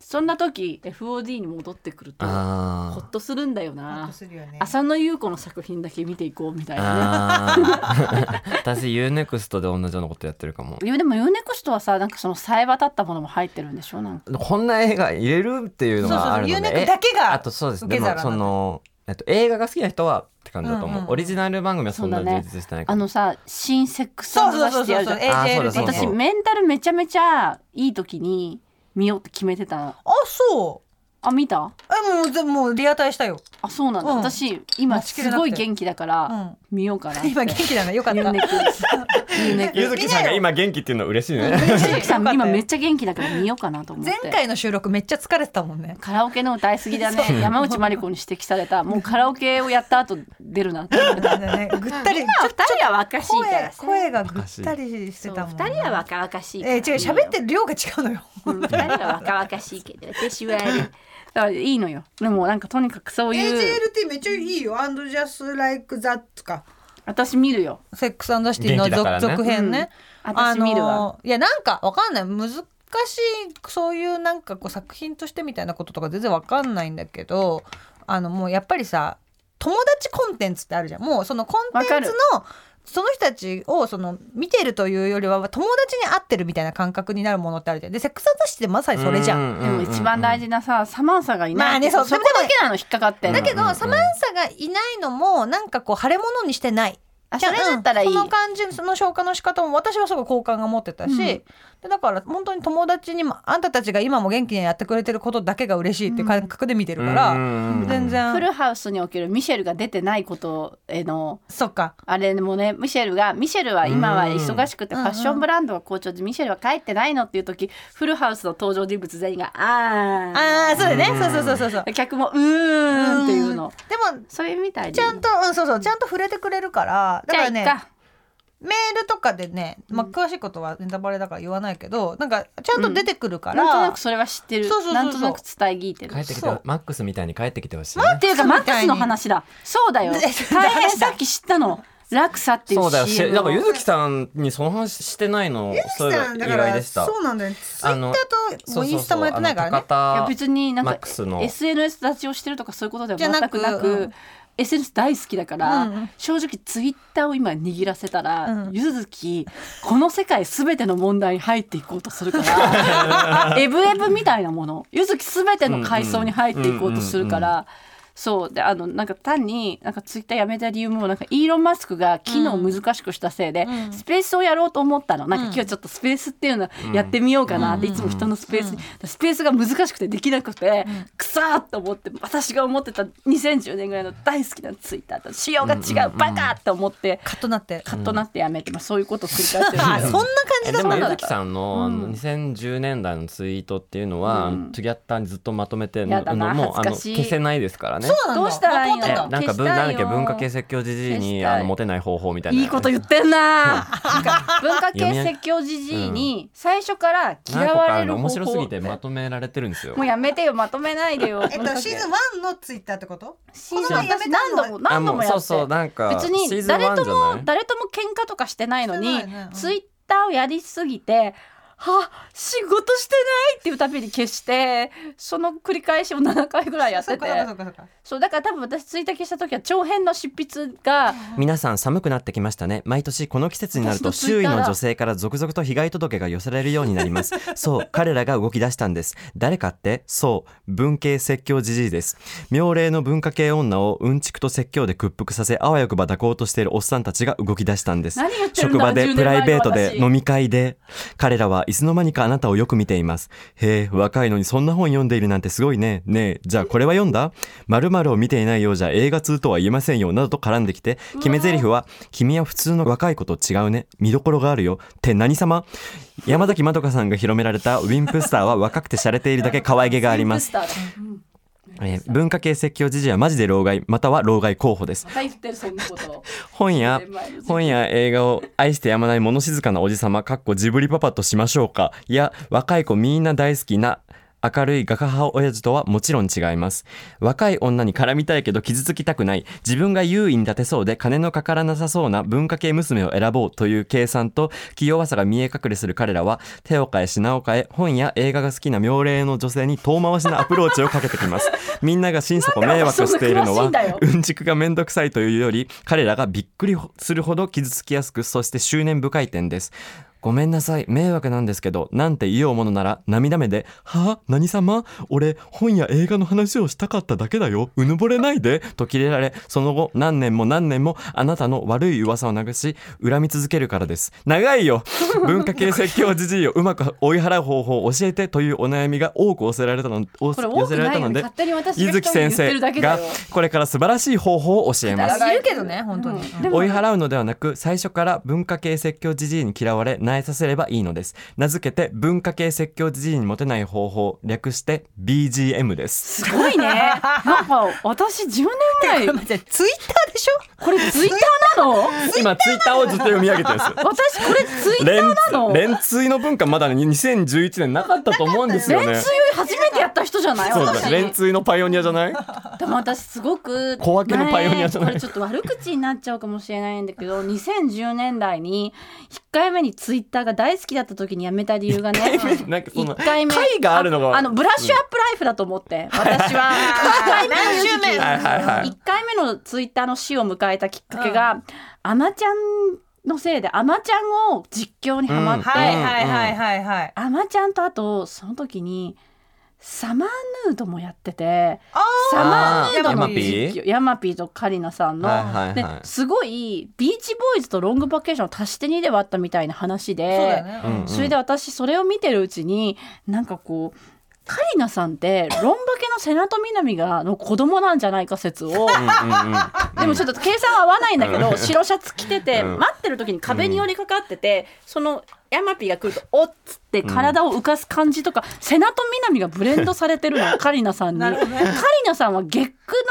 そんな時 FOD に戻ってくると
あ
ほ
ー
っとするんだよ
ほっ
な
とするよね
浅野ゆう子の作品だけ見ていこうみたいなね
あー私 UNEXT で同じようなことやってるかも
いやでも UNEXT はさなんかそのさえ渡ったものも入ってるんでしょなんか
こんな映画入れるっていうのがあるので
そうそうそう UNEXT だけが
えあとそうです
受
で
け皿
もその、えっと、映画が好きな人はって感じだと思う、
うんうん
オリジナル番組はそんな
そうだね
充実してないか
あ
ら、
のさ新セックス
そ
を
う
出
そうそ
し
う
て
そ
や
う
るじゃん
あーそう
AJLT
だそうだ
私メンタルめちゃめちゃいい時に見ようって決めてた
あそう
あ見た
えもうぜもうリアタイしたよ、
あそうなんだ、
うん
私今
待ちきれ
す
なく
ご
て
い元気だから見ようかなっ
う
て、
ん、今 元気なのよかった
UNEXT
ゆずきさんが今元気っていうの嬉しいね
ゆずきさん今めっちゃ元気だから見ようかなと思って
前回の収録めっちゃ疲れてたもん ね
カラオケの歌いすぎだね山内まり子に指摘され たもうカラオケをやった後出るなって
ぐったり
二人は若しいから
声
さ
声がぐったりして
そう
たもん
二人は若々しいから
え違う喋ってる量が違うのよ
うん二人は若々しいけど私はあれだからいいのよでもなんかとにかくそういう
めっちゃいいよ「アンドジャス・ライク・ザッツ」か
私見るよ
「セックス・アンド・シティ」の
元気だ
続,、
からね
続編ね、
うん私見るわ
のいやなんかわかんない難しいそういうなんかこう作品としてみたいなこととか全然わかんないんだけどあのもうやっぱりさ友達コンテンツってあるじゃんもうそのコンテンツのその人たちをその見てるというよりは友達に会ってるみたいな感覚になるものってあるじゃんでセックスアンドシティってまさにそれじゃん。
でも一番大事なさ、サマンサがいない
まあねそう
そこだけなの引っかかってんの
だけど、
うんうんうん
サマンサがいないのもなんかこう腫れ物にしてない。
あそれだったらいい
うんその感じその消化の仕方も私はすごい好感が持ってたし、
うん
でだから本当に友達にもあんたたちが今も元気にやってくれてることだけが嬉しいっていう感覚で見てるから、全然
フルハウスにおけるミシェルが出てないことへの
そっか
あれもねミシェルがミシェルは今は忙しくて
う
フ
ん
ァッションブランドは好調でミシェルは帰ってないのっていう時フルハウスの登場人物全員が「あー
ああそうだね
うん
そうそうそうそうそう
客も「うーん」っていうの
でも
それみたいで
ちゃんと、うん、そうそうちゃんと触れてくれるからだ
じ
か
ゃあ
ら
いっ
ね
か
メールとかでね、まあ、詳しいことはネタバレだから言わないけどなんかちゃんと出てくるか
なんと
ら、
なくそれは知ってる
そうそうそうそう
なんとなく伝え聞いてる
帰ってきて
そう
マックスみたいに帰ってきてほしい、
っ
ね。
ていうか
マ
マ
ッ
ッ
ク
ク
ス
ス
みたいに
の話だそう だよ
大変だ
大変さっき 知ったの落差っていう
そうだよ。し
CM
なんかゆ
を
ずきさんにその話してないの、そうい
さん
う意外でした。
そうなんだよツイ
あ
ッ
の
ターとインスタもやってないからね
そうそうそうあ
いや
の高田
別になん
マッ
か
クスの
SNS 立ちをしてるとかそういうことでは
じゃな
全
く
くな
う
く
ん。
SNS 大好きだから、
うんうん
正直ツイッターを今握らせたら、
うん
ゆずきこの世界すべての問題に入っていこうとするから エブエブみたいなものゆずきすべての階層に入っていこうとするから、
うん
そうであのなんか単になんかツイッターやめた理由もなんかイーロン・マスクが機能を難しくしたせいで、
うん
スペースをやろうと思ったのなんか
うん
今日ちょっとスペースっていうのやってみようかなって、
うん
いつも人のスペースに、スペースが難しくてできなくて、くさーっと思って私が思ってた2010年ぐらいの大好きなツイッターと仕様が違う、バカーって思って
カッとなって
カッとなってやめて、まあ、そういうことを繰り返してる
あ、そんな感じだ
えで
そ
も
う
ゆ
な
ず
ん
き
だ。
さんのあの2010年代のツイートっていうのは、ツギャッターにずっとまとめてる
やだな
のもあの
恥ずかしい
消せないですからね。
そうなんだ
どうしたらいいの
そう
え
なんだ
なんか
消し
文
たいよ
なんだっけ文化系説教じじい
消し
に
たい
あのモテない方法みたいな。
いいこと言ってんななんか文化系説教じじいに最初から
何
嫌
個か
わ
あ
れ
の
る方
面白す
法
ぎてまとめられてるんですよ
も。うやめてよまとめないでよ
えっとシーズン1のツイッターってこと？
シーズ
こ
ン
の前やめ
私何
たの
度も何度もやって
あうそうそうなんか
別に
シーズンワ
誰
ンじゃ
と
ない
も誰とも喧嘩とかしてないの
し
に
てないねうん
ツイッターをやりすぎては仕事してないっていうたびに消してその繰り返しを7回ぐらいやっ
そってか
て
そっかそっかそっか。
そうだから多分私ツイッター消した時は長編の執筆が
皆さん寒くなってきましたね毎年この季節になると
私のツイ
周
ッ
囲
ターだ
の女性から続々と被害届が寄せられるようになります そう彼らが動き出したんです誰かってそう文系説教じじいです妙齢の文化系女をうんちくと説教で屈服させあわよくば抱こうとしているおっさんたちが動き出したんです
何言ってるん
職
だろ
場
う
でプライベートで飲
み
み会で彼らはいつの間にかあなたをよく見ていますへえ若いのにそんな本読んでいるなんてすごいねねえじゃあこれは読んだ〇〇を見ていないようじゃ映画通とは言えませんよなどと絡んできて決め台詞は君は普通の若い子と違うね見どころがあるよって何様山崎まどかさんが広められたウィンプスターは若くて洒落ているだけ可愛げがあります、えー文化系説教時事はマジで老害または老害候補です
また言ってるそんなこと
本や
10年前の
本や映画を愛してやまない物静かなおじさまかっこジブリパパとしましょうかいや若い子みんな大好きな明るい画家派親父とはもちろん違います若い女に絡みたいけど傷つきたくない自分が優位に立てそうで金のかからなさそうな文化系娘を選ぼうという計算と器用さが見え隠れする彼らは手を変え品を変え本や映画が好きな妙齢の女性に遠回しなアプローチをかけて きますみんなが心底迷惑しているの
な
は
んで私そんな詳しいんだよ
うんちくがめんどくさいというより彼らがびっくりするほど傷つきやすくそして執念深い点ですごめんなさい迷惑なんですけどなんて言おうものなら涙目で「はあ何様俺本や映画の話をしたかっただけだようぬぼれないで」とキレられその後何年も何年もあなたの悪い噂を流し恨み続けるからです長いよ文化系説教じじいをうまく追い払う方法を教えてというお悩みが多く寄せられたのお
これ多
寄せ
く
ら
な
れた
いの
の
に
で
勝手に私が
ゆ
人
ず
に言
き先
って
生
るだけ
が
だよ
これから素晴らしい方法を教えます
私言うけどね本当に。
うんでも
追い払うのではなく最初から文化系説教じじいに嫌われ萎えさせればいいのです名付けて文化系説教じじいにモテない方法略して BGM です
す ごいねなんか私10年前
じゃツイッターでしょ？
これツイッターなの
今ツイッターをずっと読み上げてるんですよ
私これツイッター
連
なの
連追の文化まだね2011年なかったと思うんですよ
連
ね
追初めてやった人じゃない
そう
私
だ連通のパイオニアじ ゃない
でも私すごく
小分けのパイオニアじゃない
前これちょっと悪口になっちゃうかもしれないんだけど2010年代に1回目にツイッターが大好きだった時にやめた理由 がね
なんかその
一回目
会があるのが
あのブラッシュアップライフだと思って、私は1回目 の時期
何周年
はいはいはい
一回目のツイッターの死を迎えたきっかけが、アナちゃんのせいでアナちゃんを実況にハマって、
はいはいはいはいはい。
アマちゃんとあとその時にサマーヌードもやってて
あー
サマーヌード
ヤマピ
の
ー
実況ヤマピーとカリナさんの、
はいはいはい
ですごいビーチボーイズとロングバケーションを足して2で割ったみたいな話で
そうだよね。
うんうん
それで私それを見てるうちになんかこうカリナさんってロンバケの瀬名と南がの子供なんじゃないか説を
うんうんうん
でもちょっと計算は合わないんだけど白シャツ着てて
うん
待ってる時に壁に寄りかかっててそのヤマピーが来ると「おっ」つって体を浮かす感じとか瀬名と南がブレンドされてる のカリナさんに。
な
カ
る
リ
ほどね。
ナさんは月9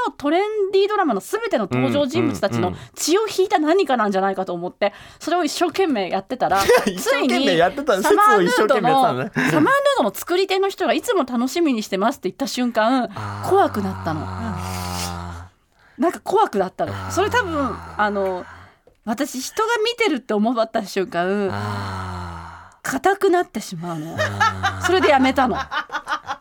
のトレンディードラマの全ての登場人物たち
うん
の
うん
血を引いた何かなんじゃないかと思ってそれを一生懸命やってた ら
一
つ
生
い
懸
に
命やってた説
サマー
を
ヌ
一生
ード
懸命やってたの
の
ね
サマーヌードの作り手の人がいつも楽しみにしてますって言った瞬間怖くなったの
あ
なんか怖くなったのそれ多分あの私人が見てるって思った瞬
ー
間
あ
硬くなってしまうのそれでやめたの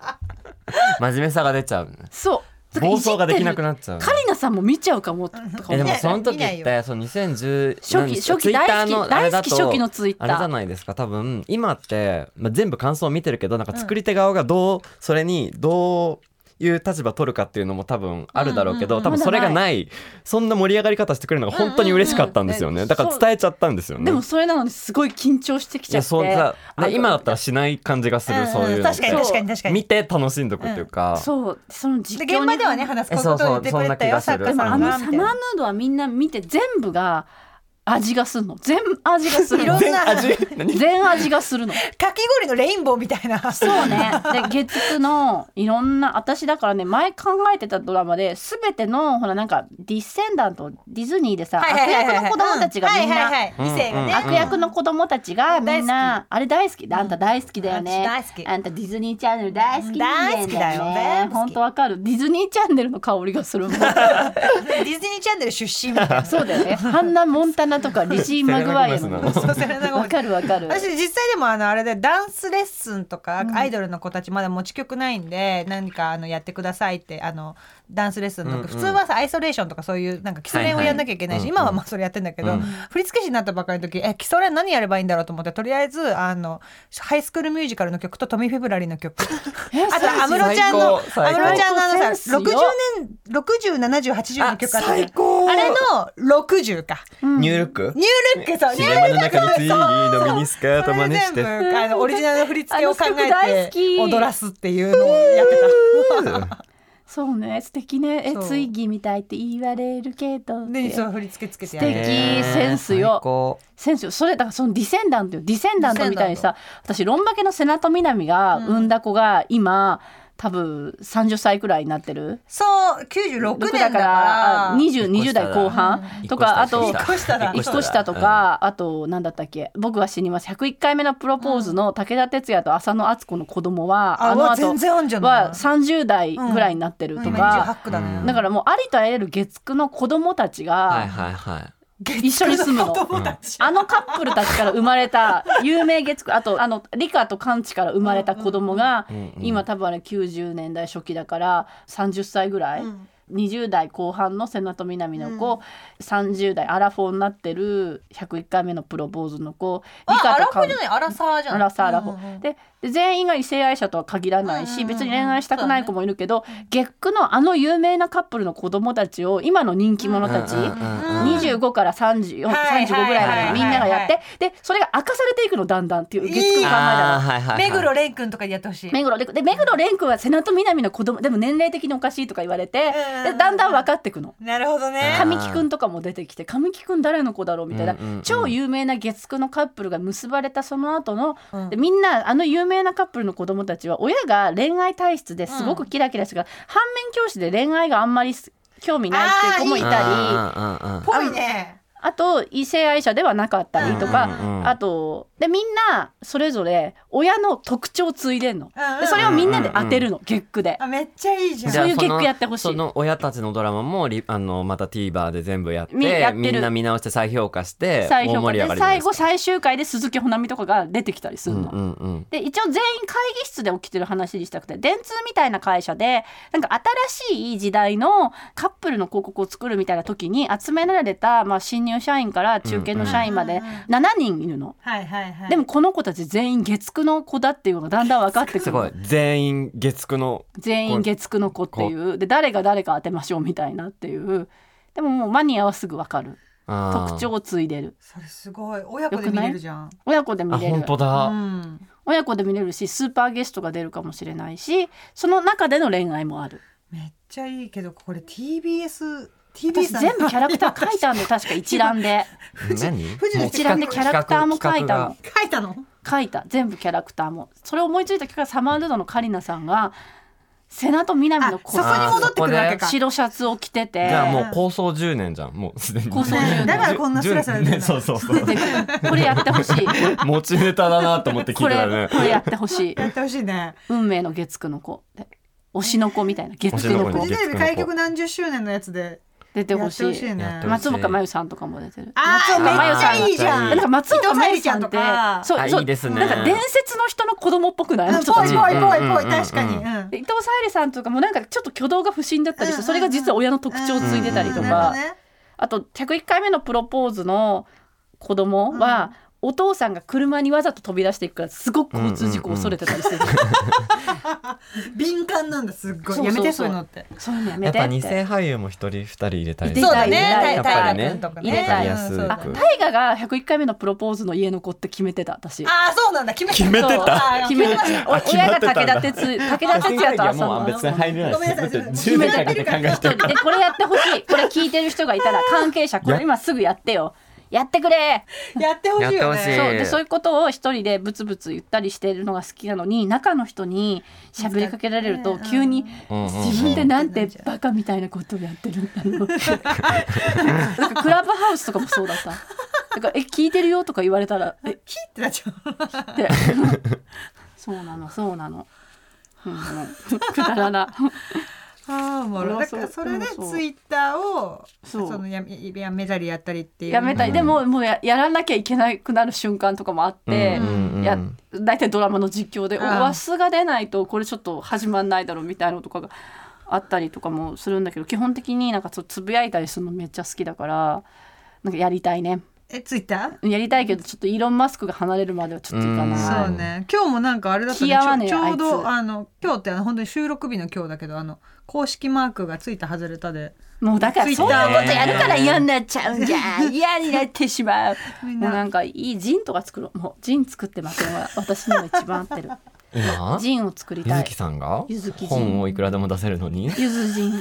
ー真面目さが出ちゃうね
そう
暴走ができなくなっちゃうね
カリナさんも見ちゃうかもとか
えで
思
も
って
その時
見な
っ
い
て
よ
その2010
初期初期大好き大好き初期のツイッタ
あ
ー
れじゃないですか多分今って、まあ、全部感想を見てるけどなんか作り手側がどう、それにどういう立場取るかっていうのも多分あるだろうけど、
うんうん
多分それ
ま
が
だ
ないそんな盛り上がり方してくれるのが本当に嬉しかったんですよね、
うんうんうん
だから伝えちゃったんですよね
でもそれなのにすごい緊張してき
い
ちゃ
や
って
そうさ、
あ
ね、今だったらしない感じがする、
うん
そういうの
確かに
そう
確かに確かに。
見て楽しんどくっていうか、
そうその実
で
況に
現場ではね話すこういうことを言ってくれた
え
よ
そ
サ
うそう
ッ
そ
カー
んな気がする
さんがみたい
あのサマーヌー
な。
ドはみんな見て全部が味がするの全味がする
いろ
の
んなか
味何
全味 がするの
き氷のレインボーみたいな。
そ うねで月9のいろんな私だからね前考えてたドラマで全てのほらなんかディセンダントディズニーでさ悪役の子供たちがみんな
はいはいはい、異性がね。
悪役の子供たちがみん
大
なあれ大好きであんた大好きだよ
私
ね
大好き
あんたディズニーチャンネル大好き人間
大好きだよ大好き
本当わかるディズニーチャンネルの香りがする もん
ディズニーチャンネル出身みたい な。
そうだよねハンナ・モンタナとかリジー・マグワイア
セレナ
の
ゴメス
そ
な
うセレナゴメス
わかるわかる
私実際でもあのあれでダンスレッスンとかアイドルの子たちまだ持ち曲ないんで、何かあのやってくださいってあのダンスレッスンとか、
うんうん
普通はさアイソレーションとかそういうなんか基礎練をやんなきゃいけないし、
はいはい
今はまあそれやってんだけど、
うん
振付師になったばかりの時え基礎練何やればいいんだろうと思ってとりあえずあのハイスクールミュージカルの曲とトミー・フェブラリーの 曲
え
あと安室ちゃんの安
最高
室ちゃんのあの
最
さ
高
60年607080の曲あったじゃん
高
あれの60か
ニュールック
ニュールックそうニュ
シ
ー
ネ
ルッ
マの中にツイーのミニスカー
そ
ト真
れ
似
で
し
全
て
部あのオリジナルの振り付けを考
あの曲大
え
好
て
き
踊らすっていうのをやって
そうね素敵ねえ
そう
追儀みたいって言われるけど
た。でそ
って
の振り付けつけてや
素
る。
敵センスよ
最高
センスよそれだからそのディセンダントよディセンダントみたいにさ私ロンバケの瀬名と南が産んだ子が今、多分30歳くらいになってる
そう九十六年だか
から
ら。
2020代後半とかあと
引っ越したら
一個下とか、あと何だったっけ僕は死にます101回目のプロポーズの武田鉄矢と浅野敦子の子供は
あ
あの
わ
後
全然あんじゃない。
は30代ぐらいになってると
今
か、
28区だね。
だからもうありとあらゆる月9の子供たち
はい
が
はいはい
一緒に住むの。
友達
あのカップルたちから生まれた 有名月9あとあの理科とカンチから生まれた子供が
うんうん
今多分あれ90年代初期だから30歳ぐらい、
うん
20代後半の瀬名と南の子、30代アラフォーになってる101回目のプロポーズの子
あアラ
と
フォーじゃないアラサーじゃ
ア
ん。
ラサーアラフォ
うんうんう
ー
ん
でで全員が異性愛者とは限らない
うんうん
し、
うん
別に恋愛したくない子もいるけど、月9のあの有名なカップルの子供たちを今の人気者たち、
うんうんうんうん
25から3435ぐ
はいはいはい
らいまでみんながやって、
は
でそれが明かされていくのだんだんっていう月9の考えだ
あ
か
ーはいはいはい
目黒蓮君とかでやってほしい。
目黒蓮君で目黒蓮君は瀬名と南の子供でも年齢的におかしいとか言われてでだんだん分かってくの。
なるほどね。
神木くんとかも出てきて神木くん誰の子だろうみたいな、
うんうんうん
超有名な月9のカップルが結ばれたその後の、
うん
でみんなあの有名なカップルの子供たちは親が恋愛体質ですごくキラキラしてるから、反面教師で恋愛があんまり興味ないっていう子もいたり
うんうんうんうん
ぽいね。
ああと異性愛者ではなかったりとか、
うんうんうん
あとでみんなそれぞれ親の特徴を継いでんの
うんうん
でそれをみんなで当てるの、結句で
あめっちゃいいじゃん
じゃそういう結句やってほしい
そのその親たちのドラマもリあのまた TVer で全部やって
みやってる
みんな見直して再評価して
最
大
評価
盛り
で
上がりじゃない
最
ですか
後最終回で鈴木保奈美とかが出てきたりするの。
うんうんうん
で一応全員会議室で起きてる話にしたくて電通みたいな会社でなんか新しい時代のカップルの広告を作るみたいな時に集められた、まあ、新入社員から中堅の社員まで7人いるの。
はいはいはい
でもこの子たち全員月9の子だっていうのがだんだん分かってくる
すごい全員月9の
全員月9の子っていうで誰が誰か当てましょうみたいなっていうでももうマニアはすぐ分かる
あー
特徴を継いでる
それすごい親子で見れるじゃん
親子で見
あ
れる
本当だ、
うん
親子で見れるしスーパーゲストが出るかもしれないしその中での恋愛もある
めっちゃいいけどこれ TBS TBS
私
さん
全部キャラクター書いたんで確か一覧で
何
富士の
一覧でキャラクターも書いたの
書いたの
書いた全部キャラクターもそれを思いついた時からサマールドのカリナさんが瀬名と南の子
あそこに戻ってくるわけか
白シャツを着てて
じゃあもう構想10年じゃんもうすでに
構想10年だ
から こんなスラスラ出るの
ねそうそうそ
出
う
てくるこれやってほしい
持ちネタだなと思って聞
こ
いてた
れ
ね
これやってほしい
やってほしいね
運命の月9の子で推しの子みたいな月9の
推しの
子
子
フジテレビ開局何十周年のやつで
出て
や
ほ
って
し
ほしい
い
ね
やってほし
松岡真優さんとかも出てる
あ
松
ー
岡真
真
めっちゃ
優さ
由
ん
いいじゃ
なん
ん
か松岡茉優さんって
伊藤沙莉ちゃんとか
そうそ
あ
う
いいですね
なんか伝説の人の子供っぽくないあの人
ぽ
た
い
ち
ぽいぽいぽい
うん
確かに
うん
うん
伊藤沙莉さんとかもなんかちょっと挙動が不審だったりして、
うんうんうん
それが実は親の特徴を継いでたりと
うん
か、
なるほどね
あと101回目のプロポーズの子供は、お父さんが車にわざと飛び出していくからすごく交通事故を恐れてたりする、
敏感なんだすっご
そ
い
うそうそ
うやめてそういうのって
そういうのや
や
め
ってぱ
っ
二
て
世俳優も一人二人入れたい
入れたいね
やっぱり
入
タイタイ
れたい
ね
君とか
入れたい
やす
うん
あ
く
大河が101回目のプロポーズの家の子って決めてた私
ああそうなんだ決めて決
めてた
決めてたお親が
決まっ
武
てた
田
んだ
鉄武田鉄矢と
や
朝
もう
の
別に入れないで
ご
す
めんなさい
だって10年かけて考えてる
でこれやってほしいこれ聞いてる人がいたら関係者これ今すぐやってよやってくれ
やってほしいよ
やってほしい
ね
そうでそういうことを一人でブツブツ言ったりしてるのが好きなのに中の人に喋りかけられると急に
うんうんうん
自分でなんてバカみたいなことをやってるんだろう なんかクラブハウスとかもそうだっただから「え聞いてるよ」とか言われたら「 え
キーってなっちゃう
ってそうなのそうなの、うんうん、くだらな
ああも
う
うだからそれでツイッターを
そう
そのやめやめたりやったりっていう
やめたい、
うん
でももうややらなきゃいけなくなる瞬間とかもあって、
うんうんうん
や大体ドラマの実況で「
うん
和数が出ないとこれちょっと始まんないだろ」うみたいなのとかがあったりとかもするんだけど基本的になんかそうつぶやいたりするのめっちゃ好きだからなんかやりたいね
えツイッタ
やりたいけどちょっとイーロン・マスクが離れるまではちょっといか
うん
ない。
ーそうね今日もなんかあれだった
気合わ
ね
ねえ
ちょちょう
あいつ
どあの今日ってあの本当に収録日の今日だけどあの公式マークがついた外れたで
もうだからそういう
Twitter
ことやるから嫌になっちゃう んじゃん嫌になってしまう
みん
もうな
なん
かいいジンとか作ろうもうジン作ってますよ私には一番合ってる
今
ジンを作り
ゆ
た
ず
い
きさんが
ゆずきじん
本をいくらでも出せるの に
ゆずじん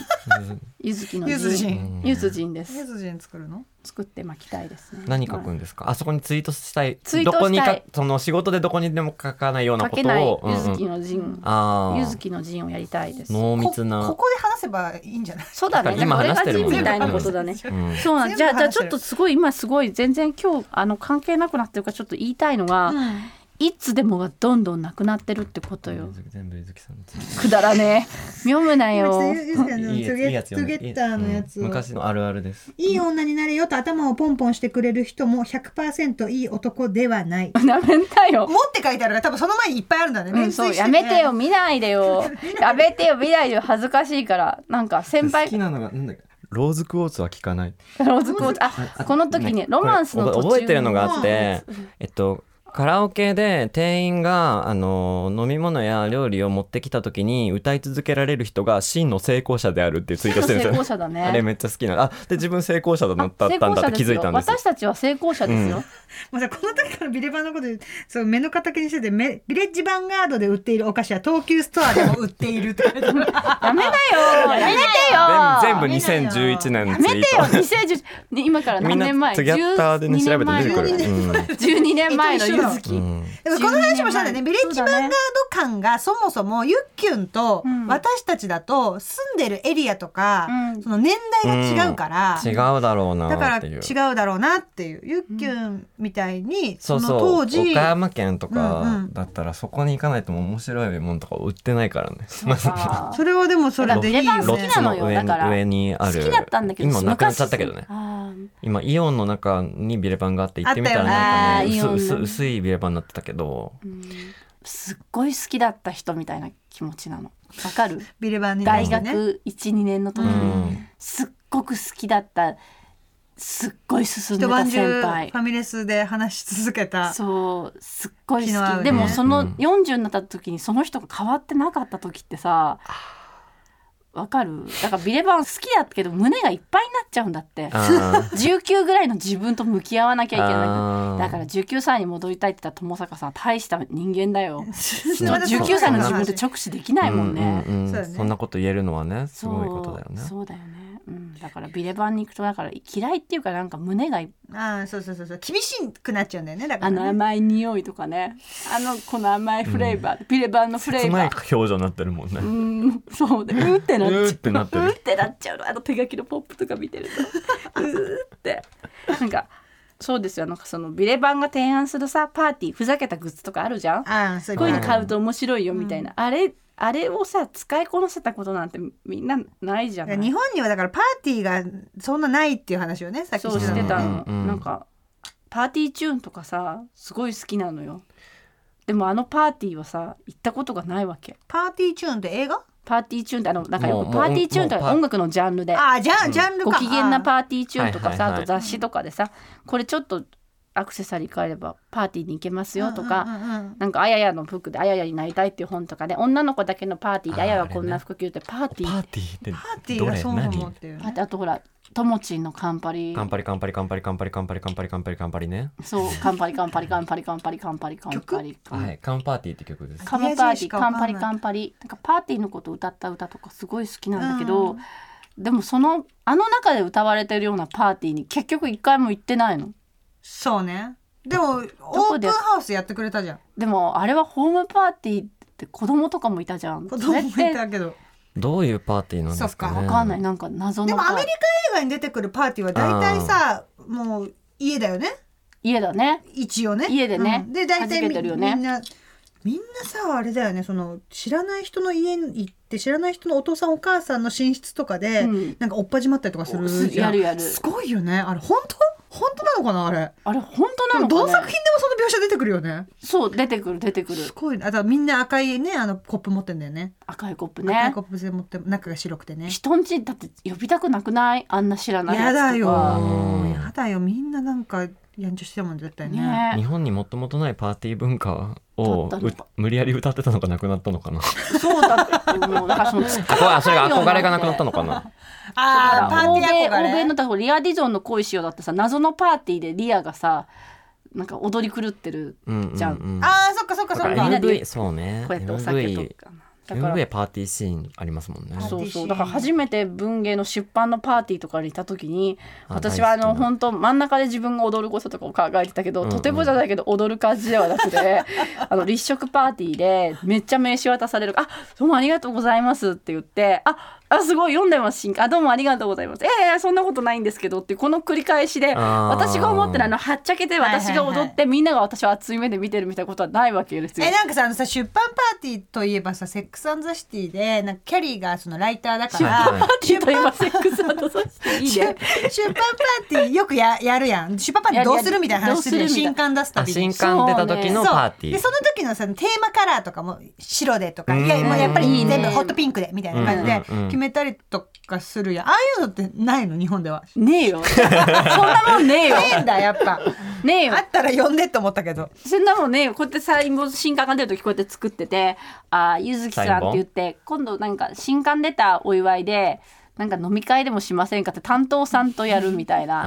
ゆずきの
ゆずじん
ゆずじんです
ゆずじん作るの
作って巻きたいですね
何書くんですか、あそこにツイートしたい
ツイートしたい
どこにかその仕事でどこにでも書かないよう
まあ書
なこと
けない
を
ゆず
うん
き
うん
のジン
あー
ゆずきのジンをやりたいです
濃密
こ
な
ここで話せばいいんじゃない
そうだね
だから今
なんか
話してるもん
俺がジン
ね
みたいなこと だね
うん
そうなんじゃ
全部
あじゃあ
話して
ちょっ
る
とすごい今すごい全然今日あの関係なくなってるからちょっと言いたいのが、いつでもがどんどんなくなってるってことよ
全部ゆずきさんのツイート
くだらねえ妙むなよ
いいやついいやつ読んでうん昔のあるあるです
いい女になれよと頭をポンポンしてくれる人も100%いい男ではない。も
なめんなよ
って書いてあるから多分その前にいっぱいあるんだね。
うん、そうやめてよ。見ない でよやめてよ見ないでよ恥ずかしいからなんか先輩
好きなのがなんだっけローズクォーツは聞かない
ローズクォーツあこの時にロマンスの途
これ
中
覚えてるのが あって、えっとカラオケで店員があの飲み物や料理を持ってきた時に歌い続けられる人が真の成功者であるっていうツイートしてるん
成
です
功、
よ
者だね
あれめっちゃ好きなのあで自分成功者だなった
あ
だったんだって気づいたんですよ
私たちは成功者ですよ、
もうさ、この時からビレバンのことで、そう、目の敵にしてて、めビレッジヴァンガードで売っているお菓子は東急ストアでも売っているって書いてあ る
やめなよやめて
見ないよ
よ
全部2011年の
やめ
ツ
て
イ
よ
ート
2010ね今から何年前
みんなツイッターでね調べたら出てくる
12年前12年前のゆず
ろん
好き、
うん
でもこの話もしたんだね
12年前
ビレッジヴァンガード感がそもそもユッキュンと
うん
私たちだと住んでるエリアとか、
うん
その年代が違うから、
違うだろう
だか
な
ら
っていう。
違うだろうなっていうユッキュンみたいに
そ
そうの
そう
当
岡
時
山県と
うんう
か
ん
だったらそこに行かないともう面白いもんとか売ってないからね。
そう か
それはでもそれでいい
だ
よ
って好
ロ
き
ッ
ね。
な
ツ
の
の
よ
上に
だから
上にあ
好
る。
きだったんだけど
今なくなっちゃったけどね。
あ
今イオンの中にビレバンがあって行ってみたら
あった
なんか
よ
ね
ね
薄
あーイオン
薄
の
薄いビレバンになってた けど。
ー、うん、すっごい好きだった人みたいな気持ちなのわかる
ビレバンに対
大
してね。
学12年の時
う
に、
ん。
すっごく好きだったすっごい進んで
一
た
晩中
先
フ
輩
ァミレスで話し続けた。
そうすっごい
気の合
好
う
き、
ね
でもそうの
ん
40になった時にその人が変わってなかった時ってさわかるだからビレバン好きだけど胸がいっぱいになっちゃうんだって
あ
19ぐらいの自分と向き合わなきゃいけない
あー
だから19歳に戻りたいって言った友坂さん大した人間だよ
そ
んな
19
19歳の自分
で
と直視できないもんね、
うんうんうん
そうだね
そんなこと言えるのはねす
そう
ごいことだよね。
そうだよね、うん、だからビレバンに行くとだから嫌いっていうかなんか胸がい
ああそうそうそうそう厳しくなっちゃうんだよねだか
あの
らね。
甘い匂いとかねあのこの甘いフレーバー、ビレバンのフレ
つ
ー
ま
バ
い
ー
表情になってるもんね。
うんそうでうーってなっちゃう
うーってなってる
うーってなっちゃうのあの手書きのポップとか見てるとうーってなんかそうですよなんかそのビレバンが提案するさパーティーふざけたグッズとかあるじゃん
ああそういう
こういうの
ね
買うと面白いよみたいな、あれあれをさ使いこなせたことなんてみんなないじゃない
日本にはだからパーティーがそんなないっていう話をねさっき
そうして
の
たの、
うんうん
なんかパーティーチューンとかさすごい好きなのよでもあのパーティーはさ行ったことがないわけ
パーティーチューンって映画
パーティーチューンってあのなんかよ
も
く
う
パーティーチューンって
もうもうパ
音楽のジャンルで
ああじゃあ、ジャンル
ご
か
機嫌な
ー
パーティーチューンとかさ
は
あ
いはいはい
と雑誌とかでさこれちょっとアクセサリー買えればパーティーに行けますよとか、
うんうんうんうん
なんかあややの服であややになりたいっていう本とかで女の子だけのパーティーで
あ
あ
ー
やはこんな服着るってパーティ
パ
ー
ーティーって
パーティー
ど
が
れ
そもそもっ
何？
ていう
パー
ね
ティーあとほらともちんのカンパリ
カンパリカンパリカンパリカンパリカンパリカンパリカンパリカンパリね。
そうカンパリカンパリカンパリカンパリカンパリカンパリカンパリ
はい、カンパーティーって曲です。
カムパーティ
イメージし
ー、カンパリ
かわかんない
カンパリ、なんかパーティーのことを歌った歌とかすごい好きなんだけど、でもそのあの中で歌われてるようなパーティーに結局一回も行ってないの。
そうねでもオー
こ
プ
で
ンハウスやってくれたじゃん
でもあれはホームパーティーって子供とかもいたじゃん。
子供もい
それって
たけど
どういうパーティーなんですか
そ
ね。
っ
わかんないなんか謎
で
の
も
パ
ア
ー
メリカ映画に出てくるパーティーは大体さもう家だよね
家だね。
一応ね
家でね
うんで大体
弾
み,、
けてるよね
みんなみんなさあれだよねその知らない人の家に行って知らない人のお父さんお母さんの寝室とかで、
うん
なんかおっぱじまったりとかする
す
じゃん
やるやる
すごいよねあれ本当本当なのかなあれ
あれ本当なの
でもどの
かね。
作品でもその描写出てくるよね
そう出てくる出てくる
すごいねあとはみんな赤いねあのコップ持ってんだよね
赤いコップ
赤い
ね
コ。ップで持って中が白くてね
人んちだって呼びたくなくないあんな知らない
や
やつとか。
だよ
うん
やだよみんななんかやんちゃしてたもん絶対ね
日
ね。
本にもともとないパーティー文化を
だったの
う無理やり歌ってたのかなくなったのかな。
そうだって もうだからその突っ込ま
あ、それが
ようになって
憧れがなくなったのかな。
ああパ
欧
ーティ
米
ー憧れ
欧米のだからリア・ディゾンの恋しようだってさ謎のパーティーでリアがさなんか踊り狂ってる
うんうんうん。
じゃ
ああそっかそっか
だ
そ
か
っ
みんな
ら
で
か
MV そうね。
こうやってお酒と
MV
かだから
MV パーティーシーンありますもんね。
そう
そうそうだから初めて文芸の出版のパーティーとかにいた時に
あ
私はあ
大
の
好きな
本当真ん中で自分が踊ることとかを考えてたけど、
うんうん
とてもじゃないけど踊る感じではなく てあの立食パーティーでめっちゃ名刺渡される「あどうもありがとうございます」って言って「ああすごい読んでます新刊あどうもありがとうございます」「ええそんなことないんですけど」っていうこの繰り返しで
あー
私が思ってるあのはっちゃけて私が踊って、
はいはい
みんなが私を熱い目で見てるみたいなことはないわけですよ
え。 なんかさあのさ出版パーティーといえばさ「セックス・アンド・ザ・シティで」なんかキャリーがそのライターだから
は
ちょっと今セックスアドさせていい
出版
ね
パーティーよくややるやん出版パーティーどうするみたいな話する
やるやるどうするみたい
新刊出すた
あ
び
新
に。
刊出た時のパーティ
で
ー。
その時のさテーマカラーとかも白でとかいや
うん
もうやっぱり
いいね
全部ホットピンクでみたいな感じ
うんうんう
で
ん
決めたりとかするやんああいうのってないの日本では。
ねえよそんなもんねえよ
ねえんだやっぱ
ねえよ
あったら呼んでって思ったけど
そんなもんねこうやって最後新刊が出る時こうやって作ってて「あーゆずきさん」って言って今度なんか新刊出たお祝いでなんか飲み会でもしませんかって担当さんとやるみたいな。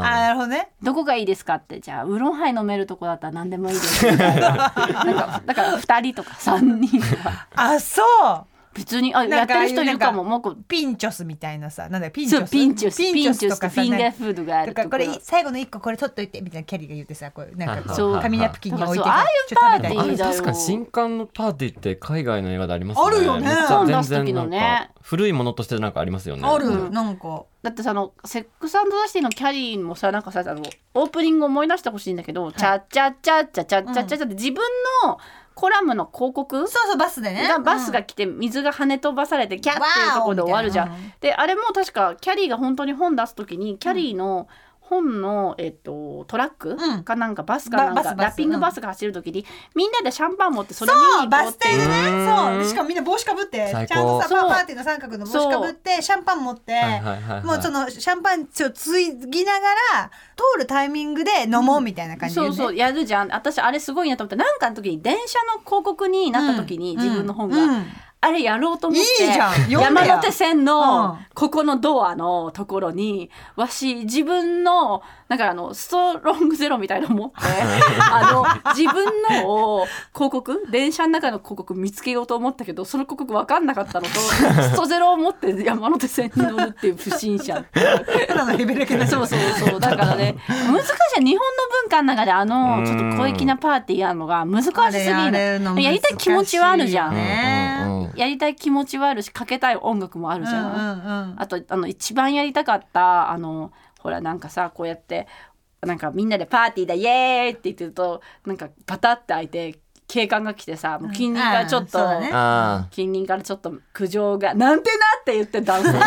あ
あ
ーなるほどね
「どこがいいですか?」って「じゃあウーロンハイ飲めるとこだったら何で もいいです」みたいななんかだから2人とか3人とか
あそう
別にあや
な
っ
ん
て
か
る人いるか
ああいうな
も
ん
もうこう
ピンチョスみたいなさなんだよピンチョ
そう
ス
ピンチュスピンチュ
と
スと
か
フ
さ
ィンガ
な
ー
んか
フードがあ
と
る
か
と
こ
こ
れ
ろ
最後の一個これ取っといてみたいなキャリーが言ってさこうなんか
そ
こ
う
う紙ナプキンに置いて
はい
さ
はい
ちょっと食べた
あ
り
あいう
と
パーティーだよ
確かに新刊のパーティーって海外の映画でありますね
あるよね
めっちゃ全
そう出す時
然な
の
ん
ね
か古いものとしてなんかありますよね
かあ
うん
るなんか
だってさあのセックスザシティのキャリーもさなんかさあのオープニング思い出してほしいんだけど、チャチャチャチャチャチャチャって自分のコラムの広告
そうそうバスでね
がバス
う
が
ん
来て水が跳ね飛ばされてキャッっていうところで終わるじゃ
わーおみたい
ん。であれも確かキャリーが本当に本出す時にキャリーの本の、えっと、トラック
うん
かなんかバスかなん
バ
か、
バスバス
ラッピングバスが走る時に、みんなでシャンパン持ってそれ見
そう
に行こ
バ
うっ
ス
てい
停
う
で
う
ね
ー
そ
ん
うしかもみんな帽子かぶってちゃん
最高
とさパ
そう
パーティーの三角の帽子かぶってシャンパン持って
はいはいはいはい
もうそのシャンパンをつぎながら通るタイミングで飲もうみたいな感じで
そ
ね
うそうやるじゃん私あれすごいなと思ってなんかの時に電車の広告になった時に、
うん
自分の本が、
うん
あれやろうと思って
いいじゃん読んでよ
山手線
う
の
ん
ここのドアのところにわし自分のなんかあのストロングゼロみたいなの 持ってあの自分のを広告電車の中の広告見つけようと思ったけどその広告分かんなかったのと ストゼロを持って山手線に乗るっていう不審者 っていう
ただのレベルけど
そうそうそうだからね難しい日本の文化の中であ
う
の
ん
ちょっと小粋なパーティーやるのが難しすぎ
あれや
る
るの難しいよね
やりたい気持ちはあるじゃん、
ね
うんうん
やりたい気持ちはあるしかけたい音楽もあるじゃん、
うんうんうん
あとあの一番やりたかったあのほらなんかさこうやってなんかみんなでパーティーだイエーイって言ってるとなんかバタって開いて警官が来てさもう近隣からちょっと、
うんあーそうだね
あ
近隣からちょっと苦情が「なんてな!」って言って ダンス
ー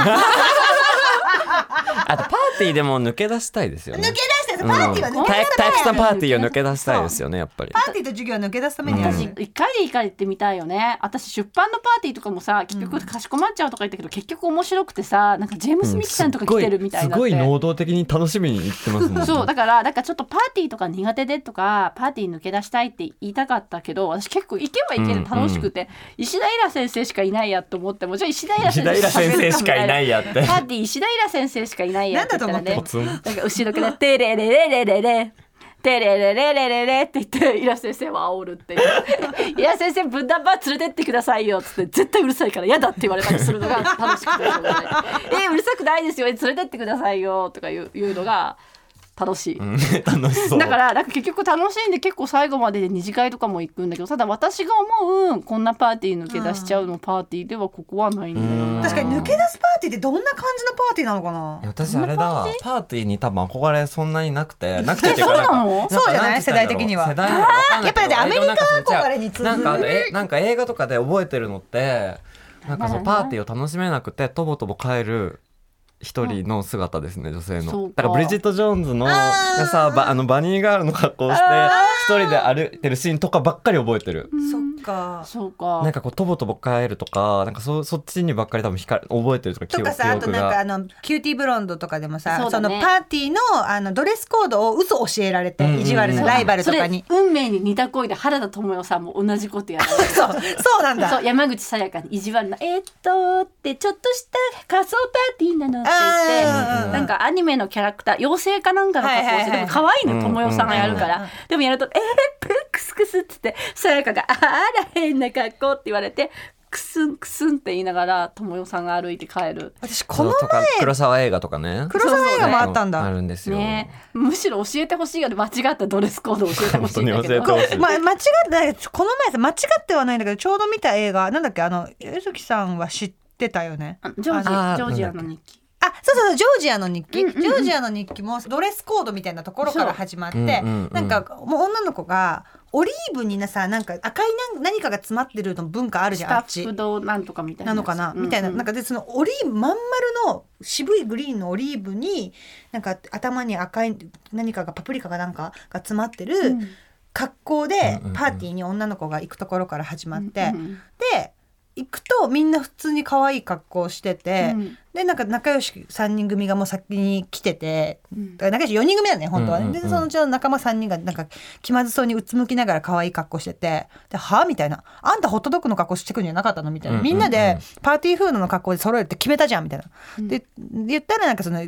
あとパーティーでも抜け出したいですよ
抜
ね
け出して
う
さ
ん
パーティーは抜け出
た
す
たくさんパーティーを抜け出したいですよねやっぱり
パーティーと授業は抜け出すためにある
私一回でいいから行ってみたいよね私出版のパーティーとかもさ結局かしこまっちゃうとか言ったけど、結局面白くてさなんかジェームス・ミキさんとか来てるみたいになって、
すごい能動的に楽しみに行ってますもん
そうだからだからちょっとパーティーとか苦手でとかパーティー抜け出したいって言いたかったけど私結構行けば行ける楽しくて、石田イラ先生しかいないやと思ってもじゃあ石田イラ
石田イラ先生しかいないやって
パーティー石田イラ先生しかいないやって言ったらね
なんだ
ポツン
なんか後ろから「テレレレレレレ」テレレレレレレって言ってイラ先生は煽る っていう「イラ先生ブンダンバー連れてってくださいよ」っつって「絶対うるさいから嫌だ」って言われたりするのが楽しくてしょうがない「えうるさくないですよえ連れてってくださいよ」とかいういうのが楽しい。
楽しそう
だからなんか結局楽しんで結構最後までで二次会とかも行くんだけどただ私が思うこんなパーティー抜け出しちゃうのパーティーではここはないんだ
う
よ
ん
な
確かに抜け出すパーティーってどんな感じのパーティーなのかない
や私あれだパーティーに多分憧れそんなにな くてなくてっていうか
えそうなの
んか
そうじゃない
んて言ったら
世代
いいんだろう
的には
世代なのかわかんないけど
あーやっぱりね
でもなんかその
アメリカ憧れに通ずる
なんかあのえなんか映画とかで覚えてるのってなんかそ
な
うんパ
だろうね
ーティーを楽しめなくてとぼとぼ帰る一人の姿ですね女性
そ
の
うか
だからブリジット・ジョーンズの
あー
さばあのバニーガールの格好をして一人で歩いてるシーンとかばっかり覚えてる
うん
そっか
そうか
なんかこうとぼとぼ帰るとかなんかそそっちにばっかり多分光る覚えてるとか記
と
憶
かさあと
記憶
なん
が
かあのキューティーブロンドとかでもさそ,、
そうだ
の
ね
パーティーのあのドレスコードを嘘教えられて、
うんうんうん
意地悪なライバルとかに
それ運命に似た恋で原田知世さんも同じことや る
そうそうなんだ
そう山口さやかに意地悪な「えーっと」ってちょっとした仮想パーティーなのって言って。
あー
なんかアニメのキャラクター妖精かなんかの格好をして、
はいはいはい
でも可愛いの友よさんがやるから、
うんうんうん
でもやると「えー、プクスクス」っつってさやかが「あら変な格好」って言われてクスンクスンって言いながら友よさんが歩いて帰る。
私こ
そ
の
うとか黒沢映画とかね
黒沢映画もあったん
あ
だ、
るんですよ、
ね、むしろ教えてほしいよね間違ったドレスコードを教えてほ
本
しい
当
ん
に
だ
教
け
えて
ど
ほしい
ま、間違ってこの前さ間違ってはないんだけどちょうど見た映画なんだっけあの柚木さんは知ってたよね
あのジョージ
あー
ジョージアの日記
あそうそうそうジョージアの日記、ジョージアの日記もドレスコードみたいなところから始まって、
そううんうんうん
なんかもう女の子がオリーブになさなんか赤いなん何かが詰まってるの文化あるじ
ス
ゃんあ
タ
っち
ッフ堂なんとかみたいな
なのかな、みたいななん
か
かでそのオリーブまん丸の渋いグリーンのオリーブになんか頭に赤い何かがパプリカかなんかが詰まってる格好で
うんうんうん
パーティーに女の子が行くところから始まって、で行くとみんな普通に可愛い格好をしてて、
うん
でなんか仲良し3人組がもう先に来てて
うん
だから仲良し4人組だね本当はね、
うんうんうん
でそのうちの仲間3人がなんか気まずそうにうつむきながら可愛い格好してて「ではあ?」みたいな「あんたホットドッグの格好してくんじゃなかったの?」みたいな、
うんうんうん
みんなでパーティーフードの格好で揃えるって決めたじゃんみたいな。で言ったらなんかその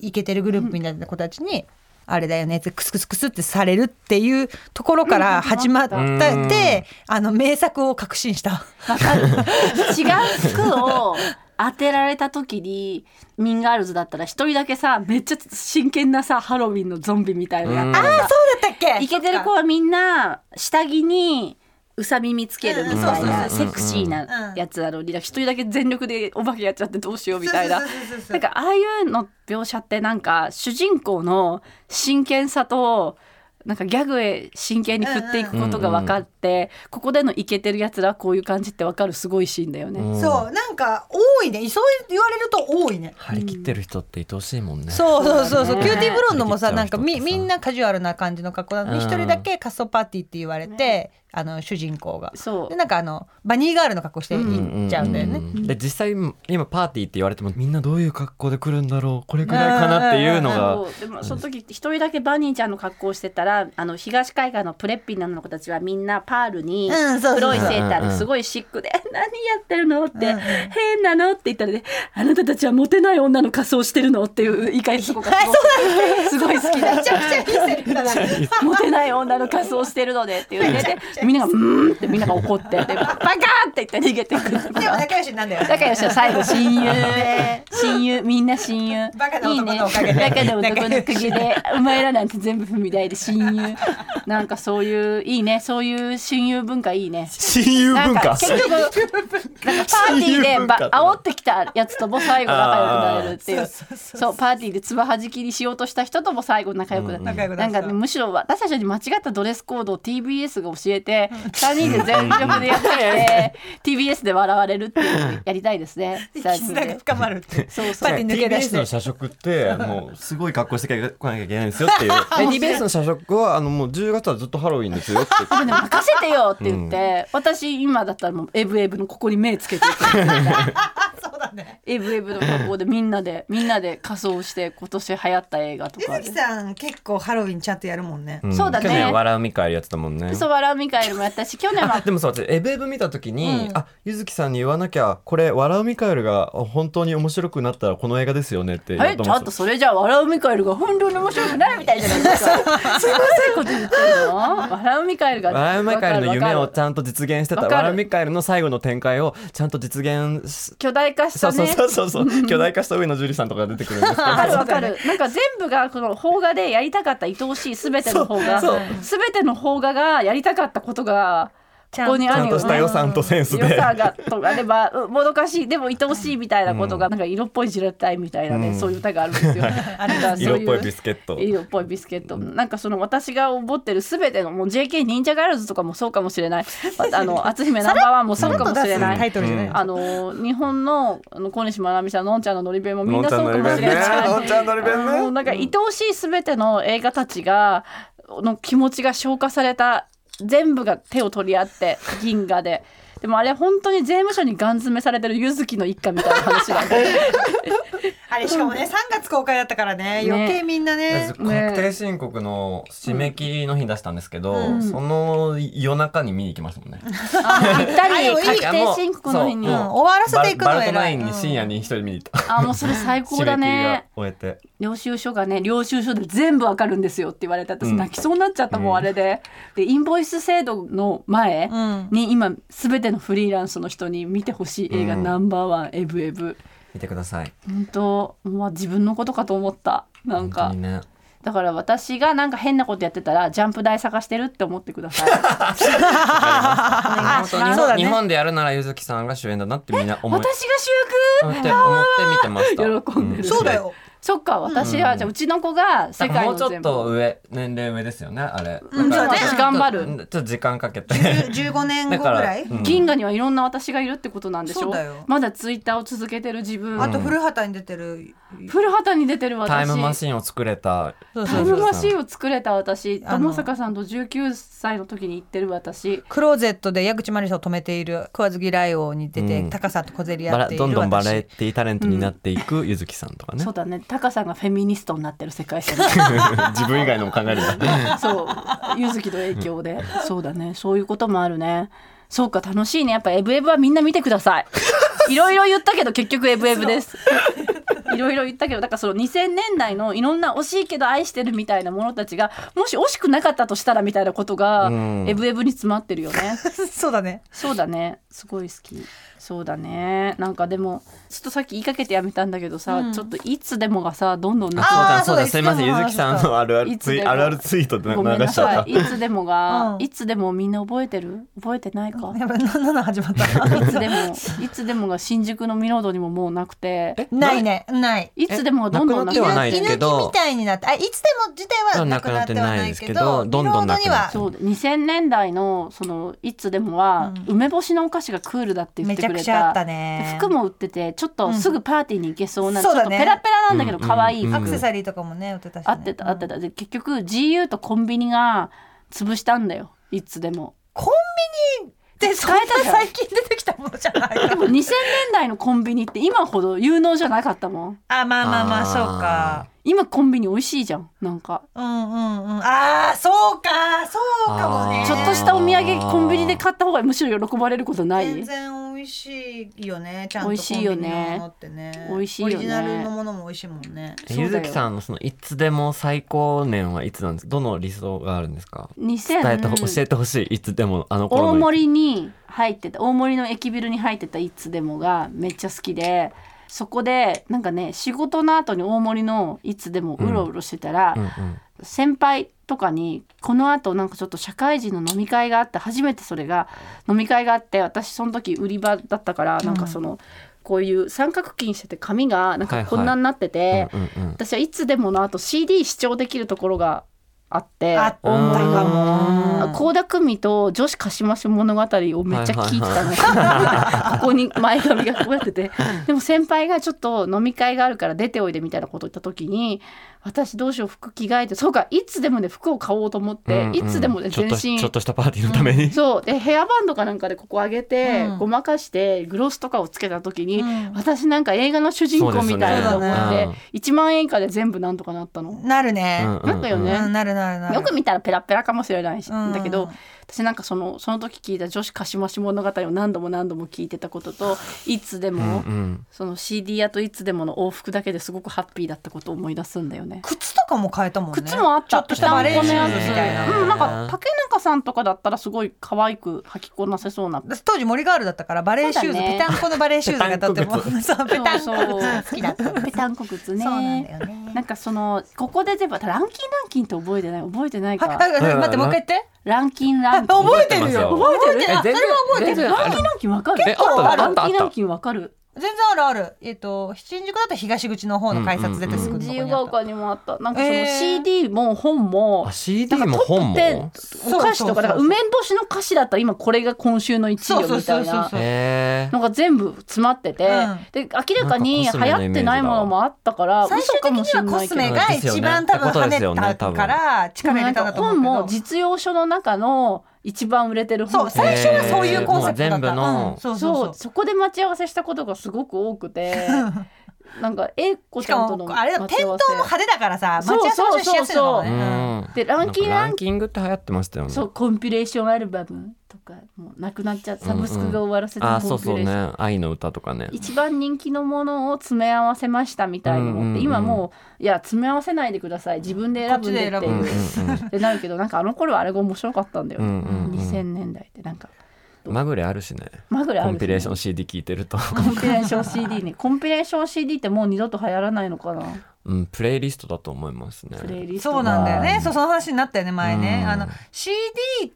イケてるグループみたいな子たちに「あれだよねってクスクスクスってされるっていうところから始まったって、あの名作を確信した。
わかる違う服を当てられた時にミンガールズだったら一人だけさめっちゃ真剣なさハロウィンのゾンビみたいなのやっ
あ
て
あ
さ
そうだったっけ
イケてる子はみんな下着にうさ耳つけるみたい
うん
な
そうそうそう
セクシーなやつなのに一人だけ全力でお化けやっちゃってどうしようみたいな
そうそうそうそう
なんかああいうの描写ってなんか主人公の真剣さとなんかギャグへ真剣に振っていくことが分かって、ここでのイケてるやつらはこういう感じって分かるすごいシーンだよね。
うん
そうなんか多いねそう言われると多いね。
張り切ってる人って愛おしいもんね。
そうそうそうそう、
ね
キューティーブロンドもさ
うん
なんかみ
うん
みんなカジュアルな感じの格好なのに
うん
一人だけ仮装パーティーって言われて、あの主人公が
そ
でなんかあのバニーガールの格好して
うん
いっちゃうんだよね。
で実際今パーティーって言われてもみんなどういう格好で来るんだろうこれくらいかなっていうのが
そうでもその時一人だけバニーちゃんの格好をしてたらあの東海岸のプレッピーなの子たちはみんなパールに
うんそうそう
黒いセーター
う
で
んうん
すごいシックで「何やってるの?」って
うんうん
「変なの?」って言ったらね「あなたたちはモテない女の仮装してるの?」っていう言い返すとこがすごくすごい好きだ
めちゃくちゃいいセリフだな。
モテない女の仮装してるのでっていうねでみんなが「うーん」ってみんなが怒ってで「バカ!」って言って逃げていく
でも仲良しなんだよね。
仲良しは最後親友
ね
親友みんな親友
バカな男のおかげで
いいね、バカな男のおかげでお前らなんて全部踏み台で親友なんかそういういいねそういう親友文化いいね
親友
なん
文
か
化
結局なんかパーティーでば煽ってきたやつとも最後仲良くなれるっていうそうパーティーでつばはじきにしようとした人とも最後仲良くなる、
仲良くな
な
っ
ん
た
か、ね、むしろ私たちに間違ったドレスコードを TBS が教え て3人で全力でやって きて TBS で笑われるっていうやり たいですね。
絆が深まるっていう。
そうそ
パ
う
ーティー抜け出し
TBS
て
の。社食ってもうすごい格好してこなきゃいけないんですよっていうで TBS の社食はあのもう10月はずっとハロウィンですよって言って
でも任せてよって言って、私今だったらもうエブエブのここに目 つけていく
そうだね。
エブエブのここでみんなでみんなで仮装して今年流行った映画と
ゆ
か
ずき
で。
さん結構ハロウィンちゃんとやるもんね。
ん
そうだね
去年笑うみかえるやつだもんね
そう笑うミカエルもやったし去年
あ
は
でもさ私エブエブ見た時に、あゆずきさんに言わなきゃこれ「笑うミカエル」が本当に面白くなったらこの映画ですよねって言お
え
うと
ち
思
ょっ
っ
てと
た
それじゃあ笑うミカエルが本当に面白くない みたいじゃないですかすごいこと言ってるの笑うミカエルが
笑うミカエルの夢をちゃんと実現してた
わかる
笑うミカエルの最後の展開をちゃんと実現し
巨大化した
そうそう
ね
そうそうそう巨大化した上野樹里さんとか出てくるんですけど
わかるわかるなんか全部がこの邦画でやりたかった愛おしい全ての邦画
そう
全ての邦画がやりたかったことがここに
ち
あ
ゃ
る
ん
よ
と
ね
した予算とセンス
良
で
さがとあればうんもどかしいでも愛おしいみたいなことが、なんか色っぽいジュレッタイみたいなね、そういう歌があるん ですよ。なんかそう
色
う
っぽいビスケット
色っぽいビスケット、なんかその私が思ってるすべてのもう JK 忍者ガールズとかもそうかもしれ ないまたあの篤姫ナンバーワンもそうかもしれな
タ
い
イ。トルじゃない。
あの日本のあの小西真奈美さんのんちゃんののり弁もみん
のん
な
ちゃ
そ
ん
う
の
か
り
も
弁
しれ
ね
ない。
のんちゃんのり弁
もう
ね
なんか愛おしいすべての映画たちがの気持ちが消化された全部が手を取り合って銀河で。でもあれ本当に税務署にガン詰めされてる柚月の一家みたいな話なん で
あれしかもね3月公開だったからね
ね
余計みんなね。
確定申告の締め切りの日出したんですけど、その夜中に見に行きましたもんね。
あぴったり確定申告の日に
うん終わらせていく
バ
の
ルトナ
偉
イ
い。
ン
う
に
ん
深夜に一人見に行った。
あもうそれ最高だね
締め切りが終えて。
領収書がね領収書で全部わかるんですよって言われて私
うん
泣きそうになっちゃったもん、あれででインボイス制度の前
うん
に今全てのフリーランスの人に見てほしい映画、
うん
ナンバーワンエブエブ
見てください。
本当まあ自分のことかと思ったなん
本
か
当にね。
だから私がなんか変なことやってたらジャンプ台探してるって思ってください
本
あ
当
な
そう
るほ
に日
ど
だ
本
ね
日本でやるならゆずきさんが主演だなってみんな 思い
私が主
思って
役
思って見てました。
喜んでる、
そうだよ。
そっか私は、じゃあうちの子が世
だから
界
も
の
うちょ
全
っ
部
と上年齢上ですよねあれ。
うん
だから
そうね私頑張る
ちょっとちょっと時間かけて。
15年後
だ
ぐ
から
い。
うん
銀河にはいろんな私がいるってことなんでし
そ
ょ
うだよ
まだツイッターを続けてる自分、
あと古畑に出てる。
古畑に出てる私
タイムマシンを作れた。
タイムマシンを作れた私
あの
友坂さんと19歳の時に行ってる私
クローゼットで矢口真理さんを止めている食わず嫌い王に出て、
うん
高さと小競り
バ
合っ
ラ
ている
どんどんバラエ
私
ティタレントになっていくゆずきさんとかね
そう。だねタカさんがフェミニストになってる世界線
自分以外のも考えるんだ。
そう柚月の影響でそうだねそういうこともあるねそうか楽しいねやっぱエブエブはみんな見てくださいいろいろ言ったけど結局エブエブですいろいろ言ったけどだからその2000年代のいろんな惜しいけど愛してるみたいなものたちがもし惜しくなかったとしたらみたいなことが
うん
エブエブに詰まってるよね。
そうだね。
そうだねすごい好きそうだねなんかでもちょっとさっき言いかけてやめたんだけどさ、
うん
ちょっといつでもがさどんどんなん
あ
か
ー
そうだそうだす
そうだ
いません
いつ
ゆ
でも
ずきさんのあるあるツ
いつ
イ
でも
あるあるツイートで
ごめん
流
な
しちゃ
さ
っ
いいつでもが、
うん
いつでもみんな覚えてる覚えてないか
やっぱ7始まった。
いつでもいつでもが新宿のミロードにももうなくて
た
ないね。ない。
いつでもどんどんなく
で
な
は
っ
な
て
い
犬
けど
犬木みたいになって、あ、いつでも自体はなくなってはないけど、
なくなってないですけどどんどんなくなっ
リロードには
そう2000年代のそのいつでもは、梅干しのお菓子がクールだって言
め
って
ちゃ
く
く
れ
ちゃあ
た
ったね。
服も売っててちょっとすぐパーティーに行けそうな、
うん
ちょっ
そうだ
と
ね
ペラペラなんだけど
うん
可愛い服、
うん
アクセサリーとかもね、売ってたし、ね。
あってたあって
た。
たで結局 GU とコンビニが潰したんだよいつでも
コンビニって、そんな最近出てきたものじゃない
でも2000年代のコンビニって今ほど有能じゃなかったもん
あ、まあまあまあ、
あー
そうか。
今コンビニ美味しいじゃんなんか
うんうんうん。ああ、そうか、そうかもね。
あー
ちょっとしたお土産コンビニで買った方がむしろ喜ばれることない
全然美味しいよね。ちゃんと
美味しいよね
コンビニのものってね。
美味しいよね
オリジナルのものも美味しいもんね。
そうだよ
ゆずきさんのそのいつでも最高年はいつなんですかどの理想があるんですか伝えたほ教
2000
えてほしいいつでもあの頃
大
の
森に入ってた大森の駅ビルに入ってたいつでもがめっちゃ好きでそこでなんかね仕事の後に大森のいつでもうろうろしてたら、
うんうん
先輩とかにこのあとんかちょっと社会人の飲み会があって初めてそれが飲み会があって私その時売り場だったからなんかその、こういう三角巾してて髪がな
はい
んか
はい
こんなになってて、
うんうんうん
私はいつでものあと CD 視聴できるところがあって
あったかも。
倖田來未と女子貸し増し物語をめっちゃ聞いてたの、 ここに前髪がこうやっててでも先輩がちょっと飲み会があるから出ておいでみたいなこと言った時に私どうしよう服着替えてそうかいつでもね服を買おうと思って、
うんうん
いつでもね
ちょ
全
っとし
身
ちょっとしたパーティーのために
そうでヘアバンドかなんかでここ上げて、
うん
ごまかしてグロスとかをつけた時に、
うん
私なんか映画の主人公みたいなと思
そう
です
って、
よね
1万円以下で全部なんとかなったの。
なるね。
うんうんうん
なんかよね
うんなるなるなる。
よく見たらペラペラかもしれないし、
うん
だけど私なんかそのその時聞いた女子かしまし物語を何度も何度も聞いてたことといつで
うん
も、
うん
その CD 屋といつでもの往復だけですごくハッピーだったことを思い出すんだよね。
靴とかも変えたもんね。
靴もあった
ちょっとしたバレーシュー
双子の
ズ
やつ
みたいな。
うん、なんか竹中さんとかだったらすごい可愛く履きこなせそうな
私当時森ガールだったからバレーシューズ、
そうだね
ペタンコのバレーシューズがとってもそうペタンコ
そうそう
靴好きだった
ぺたんこ靴ね
そうなんだよね
なんかそのここで全部ランキンランキンって覚えてない覚えてない
あ
か
あ待ってもう一回言って
ランキン
あ
ランキン
覚えてるよ
覚
えてますよ
覚えてるあそれは覚えてる
ランキンランキンわかる
えあったあ
ラン
ったあ
キ
っ
ンラ
た
ンキンわかる
全然あるあるえっと新宿だと東口の方の改札出てすぐのとこ
自
にあ
由
った
が丘にもあったなんかそ
え
の
ー
CD も本も
あ CD も本
なん
も
かトップ10お菓子とかだから梅干しの歌詞だったら今これが今週の1位よみたい
そうそうそうそう
な
そう
へー
のが全部詰まってて、
うん
で明らかに流行ってないものもあったから
最終的にはコスメが一番多分跳ねたから
で
力
も
入
な
れ
ん
たん
か
だと思うけ
本
ど
も実用書の中の一番売れてる
そ
本
う最初はそういうコンセプトだった、
えーもう全部の
うんそうそう
そ
そうう
そこで待ち合わせしたことがすごく多く てなんか英子
し
ちゃん
か
との
もあれだ
待
店
ち
頭
合
も
わせ
派手だからさ
そ
待
う
ち合わせもしやすいのかも
そう
ね
そううん
うん
でランキ
なんか
ンラ
ラ
ン
ンキングって流行ってましたよね
そうコンピレーションアルバムとかもうなくなっちゃってサブスクが終わらせて
あ
コ
そ
ン
う
ピ
そう
レーション
ね愛の歌とかね
一番人気のものを詰め合わせましたみたいに思って、
うんうんうん
今もういや詰め合わせないでください自分で選ぶんでっ
こっち
て
で
い
選
う
ぶ
っ
んで
てなるけどなんかあの頃はあれが面白かったんだよね、
うんうんうん
2000年代ってなんか
まぐれあるしね
まぐれあ
コ
るしね
ンピレーション CD 聞いてると、
コンピレーション CD ねコンピレーション CD ってもう二度と流行らないのかな
うん、プレイリストだと思いますね
プレイリスト
そうなんだよね。そうその話になったよね前ね。
うん
あの CD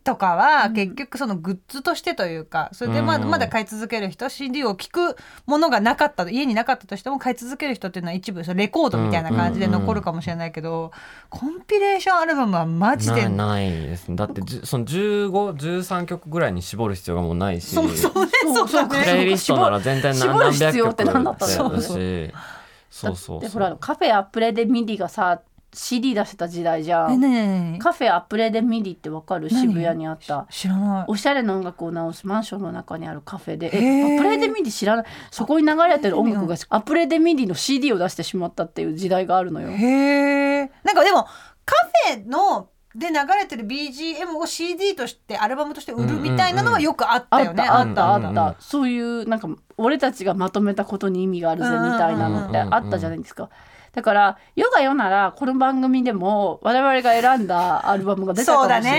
とかは結局そのグッズとしてというか、それでまだ
うん
まだ買い続ける人、CD を聞くものがなかったと家になかったとしても買い続ける人っていうのは一部そのレコードみたいな感じで残るかもしれないけど、コンピレーションアルバムはマジで
ないないですねだってじゅその1513曲ぐらいに絞る必要がもうないし
そもそもね
そう
そうだ
そう
プ
そう
ね。
レイリストなら全体
絞
何
る
何百
必要
曲
って何だったの
そうだしそうそう
で
そう
ほらカフェアプレでミディがさ CD 出してた時代じゃ
え
ん
ねえねえねえ
カフェアプレでミディってわかる
何
渋谷にあった
知らない。
おしゃれな音楽を直すマンションの中にあるカフェで、
へー
えアプレデミディ知らないそこに流れてる音楽がアプレデミディの CD を出してしまったっていう時代があるのよ。
へえ。なんかでもカフェので流れてる BGM を CD としてアルバムとして売るみたいなのはよくあった
あ
よ
っ
ね。
たあったあった、
うんうんうん
そういうなんか俺たちがまとめたことに意味があるぜみたいなのってあったじゃないですか、だから世が世ならこの番組でも我々が選んだアルバムが出たか
そ
も
う
しれ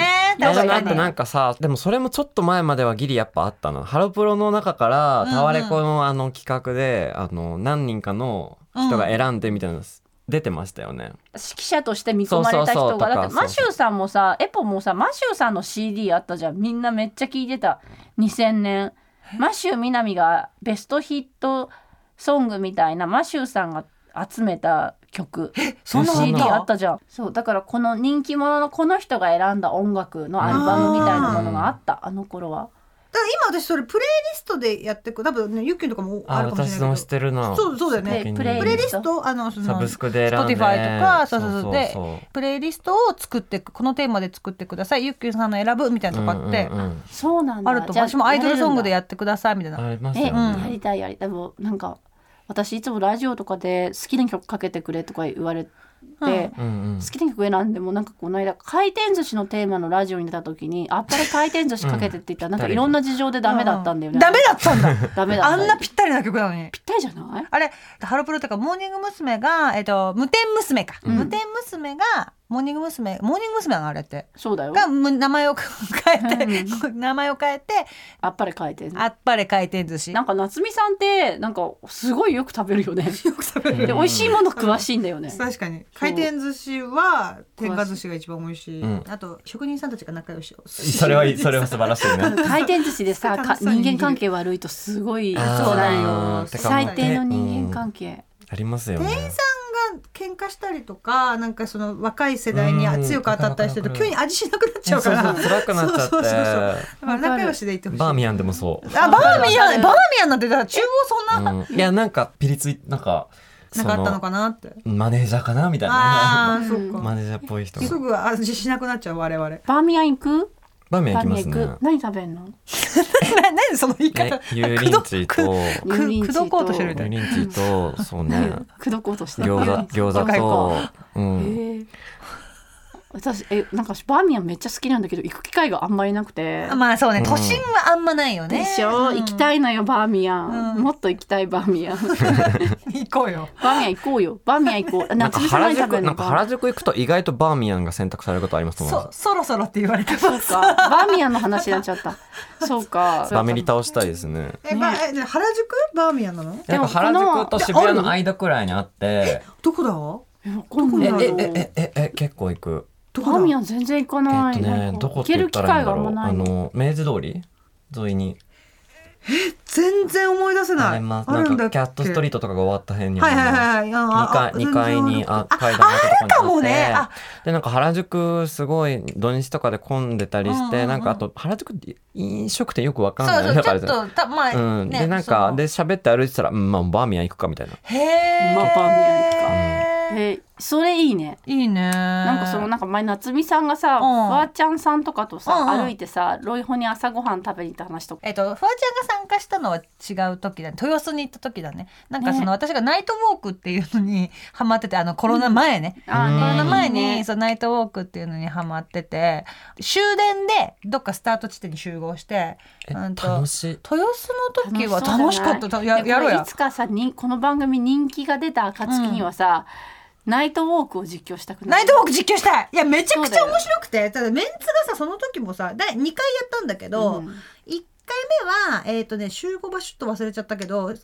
だね。
ないなんか
確
ね
か
あ
に
と。なんかさでもそれもちょっと前まではギリやっぱあったなハロプロの中から
うん
タワレコのあの企画であの何人かの人が選んでみたいなの出てましたよね、
指揮者として見込まれた人が
そうそうそうとか
だってマシューさんもさエポもさマシューさんの CD あったじゃんみんなめっちゃ聞いてた2000年マシューみなみがベストヒットソングみたいなマシューさんが集めた曲
そんなのあった
CD あったじゃんそうだからこの人気者のこの人が選んだ音楽のアルバムみたいなものがあったあの頃は
だから今私それプレイリストでやってく多分ねゆっきゅんとかもあ
あ
るかもしれ
私
な
も
い
し
け
てるな
どそうそうだよ
プレ
ね
イ
先に
プレイ
プレイリストあのその
サブスクで選んで
Spotify とかそうそうそうで
そうそう
プレイリストを作ってくこのテーマで作ってくださいゆっきゅんさんの選ぶみたいなとかって、
うんうんうん
そうなんだ
あると
じゃあ
私もアイドルソングで
やれるんだ
やってくださいみたいな
ありますよ
え、
ね、
うん
やりたいやりたいもうなんか私いつもラジオとかで好きな曲かけてくれとか言われて、
うん
うんうん
好きな曲選んでもなんかこの間回転寿司のテーマのラジオに出た時に「あっぱれ回転寿司かけて」って言 ったら、なんかいろんな事情でダメだったんだよね、
ダメだったんだ
ダメだった
あんなぴったりな曲なのに
ぴったりじゃない
あれハロプロとかモーニング娘。が、えっと、無天娘か、
うん
無天娘がモーニング娘。モーニング娘。があれって
そうだよ
がむ名前を変えて、 名前を変えて
あっぱれ回転
あっぱれ回転寿 司
なんか夏美さんってなんかすごいよく食べるよねで美味しいもの詳しいんだよね
確かに回転寿司は天下寿司が一番美味しい、
うん
あと職人さんたちが仲良し
それはそれは素晴らしい ね
回転寿司で さか
楽しそうに見
人
る
間関係悪いとすごい
あー
そうだ
あ
よ
ーてかもう
最低の人間関係、
ありますよね
喧嘩したりとかなんかその若い世代に
うん
強く当たったりしてる
わ
と
かる
急
わ
に味しなくなっちゃうから
そうそう辛くなっちゃって
そうそうそうそうだから仲良しでいてほしい
バーミ
ヤ
ヤンでもそう
ンあバーミヤンバーミヤンなんてだから厨房そんな
うんいやなんかピリついなんか
なかったのかなって
マネージャーかなみたいな
ああーそう
マ
か
ネージャーっぽい人
す
が
ぐ味しなくなっちゃう我 々
バーミヤン行く
バーミヤ
バ
ン
ー
行
ミヤン
き
行
ま
く、
すね
何食べんの
な何その言い方
ね油淋鶏
く
と
く
油淋鶏
口
と
説こうとしてるみた
油
い
淋鶏とそう ね
口説こうとしてる
餃子餃子とうん
へえ私えなんかバーミヤンめっちゃ好きなんだけど行く機会があんまりなくて、
なまあそうね
うん
都心はあんまないよね
でしょ、行き
い
たいのよバーミヤン、
うん
もっと行きたいバーミヤンバ
行こうよ
ーミヤン行こう よバーミヤン行こう
なんか
夏美さん
原
何食べ
宿
る
なん
の
か
か
原宿行くと意外とバーミヤンが選択されることありますと思い
そ
ます
そろそろって言われてます
そうかバーミヤンの話になっちゃったそうか
バメリ倒したいですね
えばえじゃあ原宿バーミヤンなの
で
なん
も
か
この
原宿と渋谷の間くらいにあって
どこだど
えわかんない
え
な
えええええ結構行く
バ
こだ
ーミヤン全然行かない、
えっと
な
ね
んか
どこって言ったらいいんだろ
行ける機会が
う
あ
あ
んまない
の明治通り沿いに
全然思い出せ
あ
な
り
い。
ます
あ
な
るん
ん
だっ
か
け
キャットストリートとかが終わった辺にあ
はい
ります
はいはいはいあ
二階
あ
二階にあ階段のとこにあ
あるかもねあ
でなんか原宿すごい土日とかで混んでたりして、
うんうんうん
なんかあと原宿って飲食店よくわかんない
そうそう
だ
ち
か
ょ
ら
っとたまあ、
うん、
ね
でなん
そ
か
の
で喋って歩いてたら、うん、まあバーミヤン行くかみたいな
へえ
まあバーミヤン行くか
へー
えそれいいね
いいねな
なんかそのなんか前夏美さんがさ、
ん
フワちゃんさんとかとさ、
うんうん
歩いてさロイホに朝ごはん食べに行った話とか
えっと、フワちゃんが参加したのは違う時だね豊洲に行った時だねなんかその、
ね
私がナイトウォークっていうのにハマっててあのコロナ前ね、
あーね
うん
コロナ前
いいね
にそのナイトウォークっていうのにハマってて終電でどっかスタート地点に集合して
え
うんと
楽しい
豊洲の時は
そうじゃない
楽しかったたや
い
やろう
これ
や
いつかさにこの番組人気が出た暁にはさ、ナイトウォークを実況したくな
ナイ
い
トウォーク実況したいいやめちゃくちゃ
そうだよ
面白くてただメンツがさその時もさ第2回やったんだけど、
うん
一1回目はえっ、とね集合場所ちょっと忘れちゃったけどゴール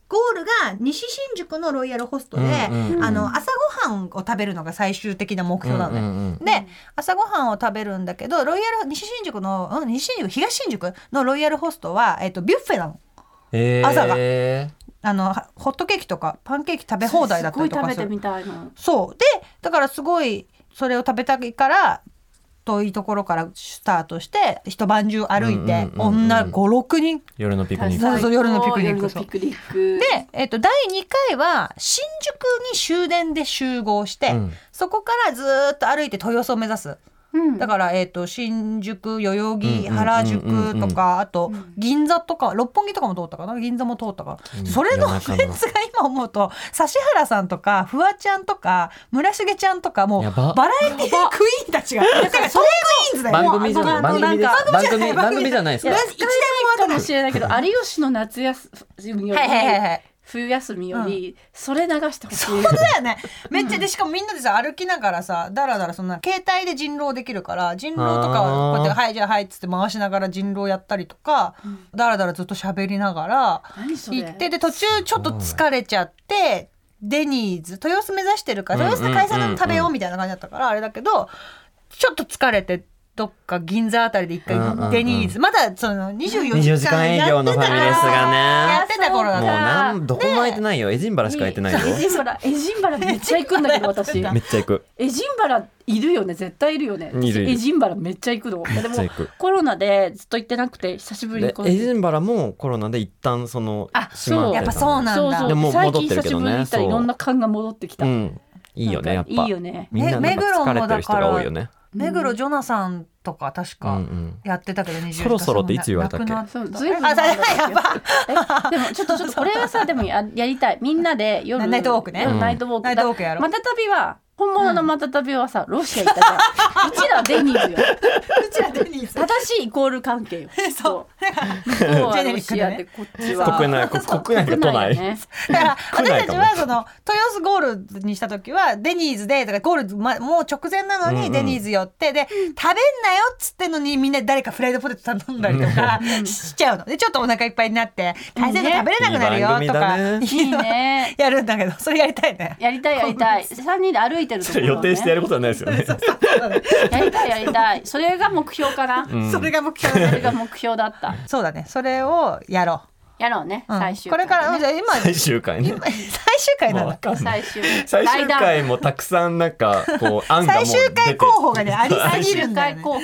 が西新宿のロイヤルホストで、
うんうん
うん
あの朝ごはんを食べるのが最終的な目標なのね。
うんうんうん
で朝ごはんを食べるんだけどロイヤル西新宿の、うん、西新宿東新宿のロイヤルホストは、えっとビュッフェなの
えー、
朝が
え
あのはホットケーキとかパンケーキ食べ放題だったりと
すご
か
い
す
食べ
る
てみたいの
そうでだからすごいそれを食べたいから遠いところからスタートして一晩中歩いて、
うんうんうんうん
女56人
夜のピクニッ
そう
ク
そう夜のピクニック
夜のピクニック
で、えっと第2回は新宿に終電で集合して、
うん
そこからずーっと歩いて豊洲を目指す
うん
だから、えっと新宿代々木
うんうん
原宿とかあと
うん
銀座とか六本木とかも通ったかな銀座も通ったか
うん
らそれのメン
夜
ツ
中
が
の
今思うと指原さんとかフワちゃんとか村重ちゃんとかも
や
う
ば
バラエティークイーンたちがだからトークイーンズだよ
番
もう
組じゃない
もう
番組で
なん
す番
か
組番組じゃないです
いや
か
一台もかもしれないけど有吉の夏休みより
はいはいはいはい
冬休みよりそれ流してほしい。
だよねめっちゃでしかもみんなでさ歩きながらさだらだらそんな携帯で人狼できるから人狼とかはこうやって「はいじゃあはい」っつって回しながら人狼やったりとかだらだらずっと喋りながら
何それ
行ってで途中ちょっと疲れちゃってデニーズ豊洲目指してるから
うん
豊洲で海鮮丼食べよ
うんうんう
うみたいな感じだったからあれだけどちょっと疲れて。どっか銀座あたりで一回
うんうんうん
デニーズ、まだその24
24
時
時
間
間営
や
業
って
の
た
ファミレス
から
が
や
ね
ってた頃だ
も
か
う
ら
なんどこも空いてないよエジンバラしか空いてないよ
エジンバラエジンバラめっちゃ行くんだけど私
めっちゃ行く
エジンバラいるよね絶対いるよね
いるいる
エジンバラめっちゃ行くので
めっちゃ
も
行く
コロナでずっと行ってなくて久しぶりに
で
こう
エジンバラもコロナで一旦その
あ
閉
そう
まてた
やっぱそうなんだ
そう
で
そ
も
う
戻
最
っ
近
てる
久
け
し
どね
ぶりに行ったら
そう
いろんな感が戻ってきた
うんいいよねや
な
っ
ん
ぱ
かいいよね
みんななんか疲れてる人が多いよね
目黒ジョナさんとか確
うんう
か
ん
やってたけど、20
そろそろっていつ言われたっけ
亡くなた
そうずいぶん
あ、そ
前
れ
だ
や
けど
ば。
えでもちょっとちょっとこれはさでもややりたいみんなで夜
ナイトウォークね
うんナイトウォーク
ナイトウォークやろう
また旅は本物のまた旅はさロシア行った じゃんうちらはデニーズよ
うちらデニーズ。
正しいイコール関係よ
そう
向こう
ジ
は
ェネリ
ロ
ック
シ
な
ア
ね
でこっちは
国内国国内が都内
よね
だから
来な
私た
い
ち
かも
はその豊洲ゴールにした時はデニーズでだからゴール、ま、もう直前なの
うんう
に
ん
デニーズ寄って、で食べんなよっつってのにみんな誰かフライドポテト頼んだりとかしちゃうのでちょっとお腹いっぱいになって海鮮丼食べれなくなるよ
いいね
とか、
いいね
やるんだけどそれやりたいね。
やりたいやりたい三人で歩いてるところ、ね、
予定してやることはないですよね
やりたいやりたいそれが目標かな、
それが目標
そ
だ
れ
ね。
が目標だった
そうだね。それをやろ
やろうね、
う。うん
最終
これ
回
から、
ね
じゃあ今
最終回 ね
今最終回な
もう
の
わ。かんない
最終
最終
来段
回もたくさんなんかこう案がも
最
う出て
終回候補がねあり
最
すぎる
終
んだよ
回
ね
候補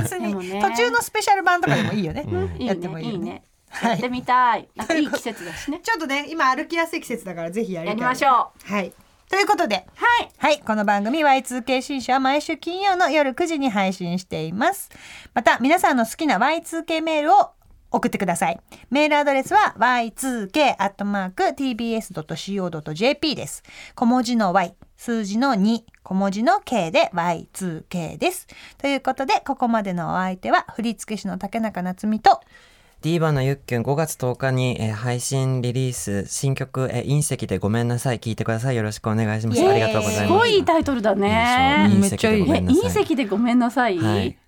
別に
でもね
途中のスペシャル版とかでもいいよね、
いい
やっても
ね
いいよ
いい
ね
ね
はい
やってみたいなんかいい季節だしね
ちょっとね今歩きやすい季節だからぜひ やりた
や
い
りましょう
はいということで
はい
はいこの番組 Y2K 新書は毎週金曜の夜9時に配信していますまた皆さんの好きな Y2K メールを送ってくださいメールアドレスは y2k.tbs.co.jp です小文字の y 数字の2小文字の K で Y2K です。ということで、ここまでのお相手は、振付師の竹中夏実と、
ディーバのゆっきゅん5月10日に、えー配信リリース新曲、えー隕石でごめんなさい聞いてくださいよろしくお願いします
イエー
あ
イ
りがとうございま
す
す
ごいいいタイトルだ
いい
ね
でしょ隕石でごめんなさい
え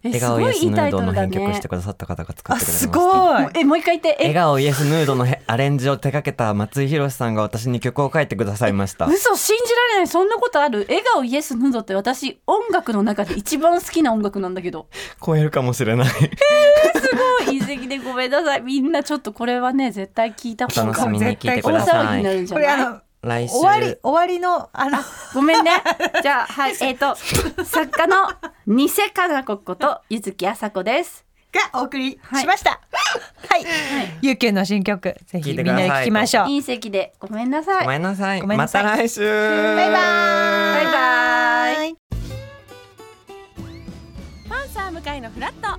隕石でごめんなさい、え
はい笑
す
顔イ
ご
エ
い
ス
いい
ヌ
タ
ー
イト
ド
ル
の
だ
編曲し
ね
てくださった方が作
あ、
ってくれまし
す
た
ごい。
えもう一回言って
笑
え
顔イエスヌードのへアレンジを手掛けた松井宏さんが私に曲を書いてください ました
嘘信じられないそんなことある笑顔イエスヌードって私音楽の中で一番好きな音楽なんだけど
超えるかもしれない
隕石でごめんなさいみんなちょっとこれはね絶対聞いた
お
方
楽し
が
みに聞いてく
大
だ
騒
さ
ぎにないるんじゃ
こ
ない
れあの
来週
終わり終わりのあの
ごめんね。じゃあ、 はい、えっ、と、作家のニセカナコこと、ゆずきあさこです。
がお送りしました。 はい、ゆうきゅんの新曲ぜひ
聞い
み
て
ん
くだ
な
さい
で聞きましょう。
隕石で、ごめんなさ
ご
い。
めんなさい
ごめんな
ま
さい
た来週
バイバーイ。
バイバーイ
イ。
パンサー向井のフラット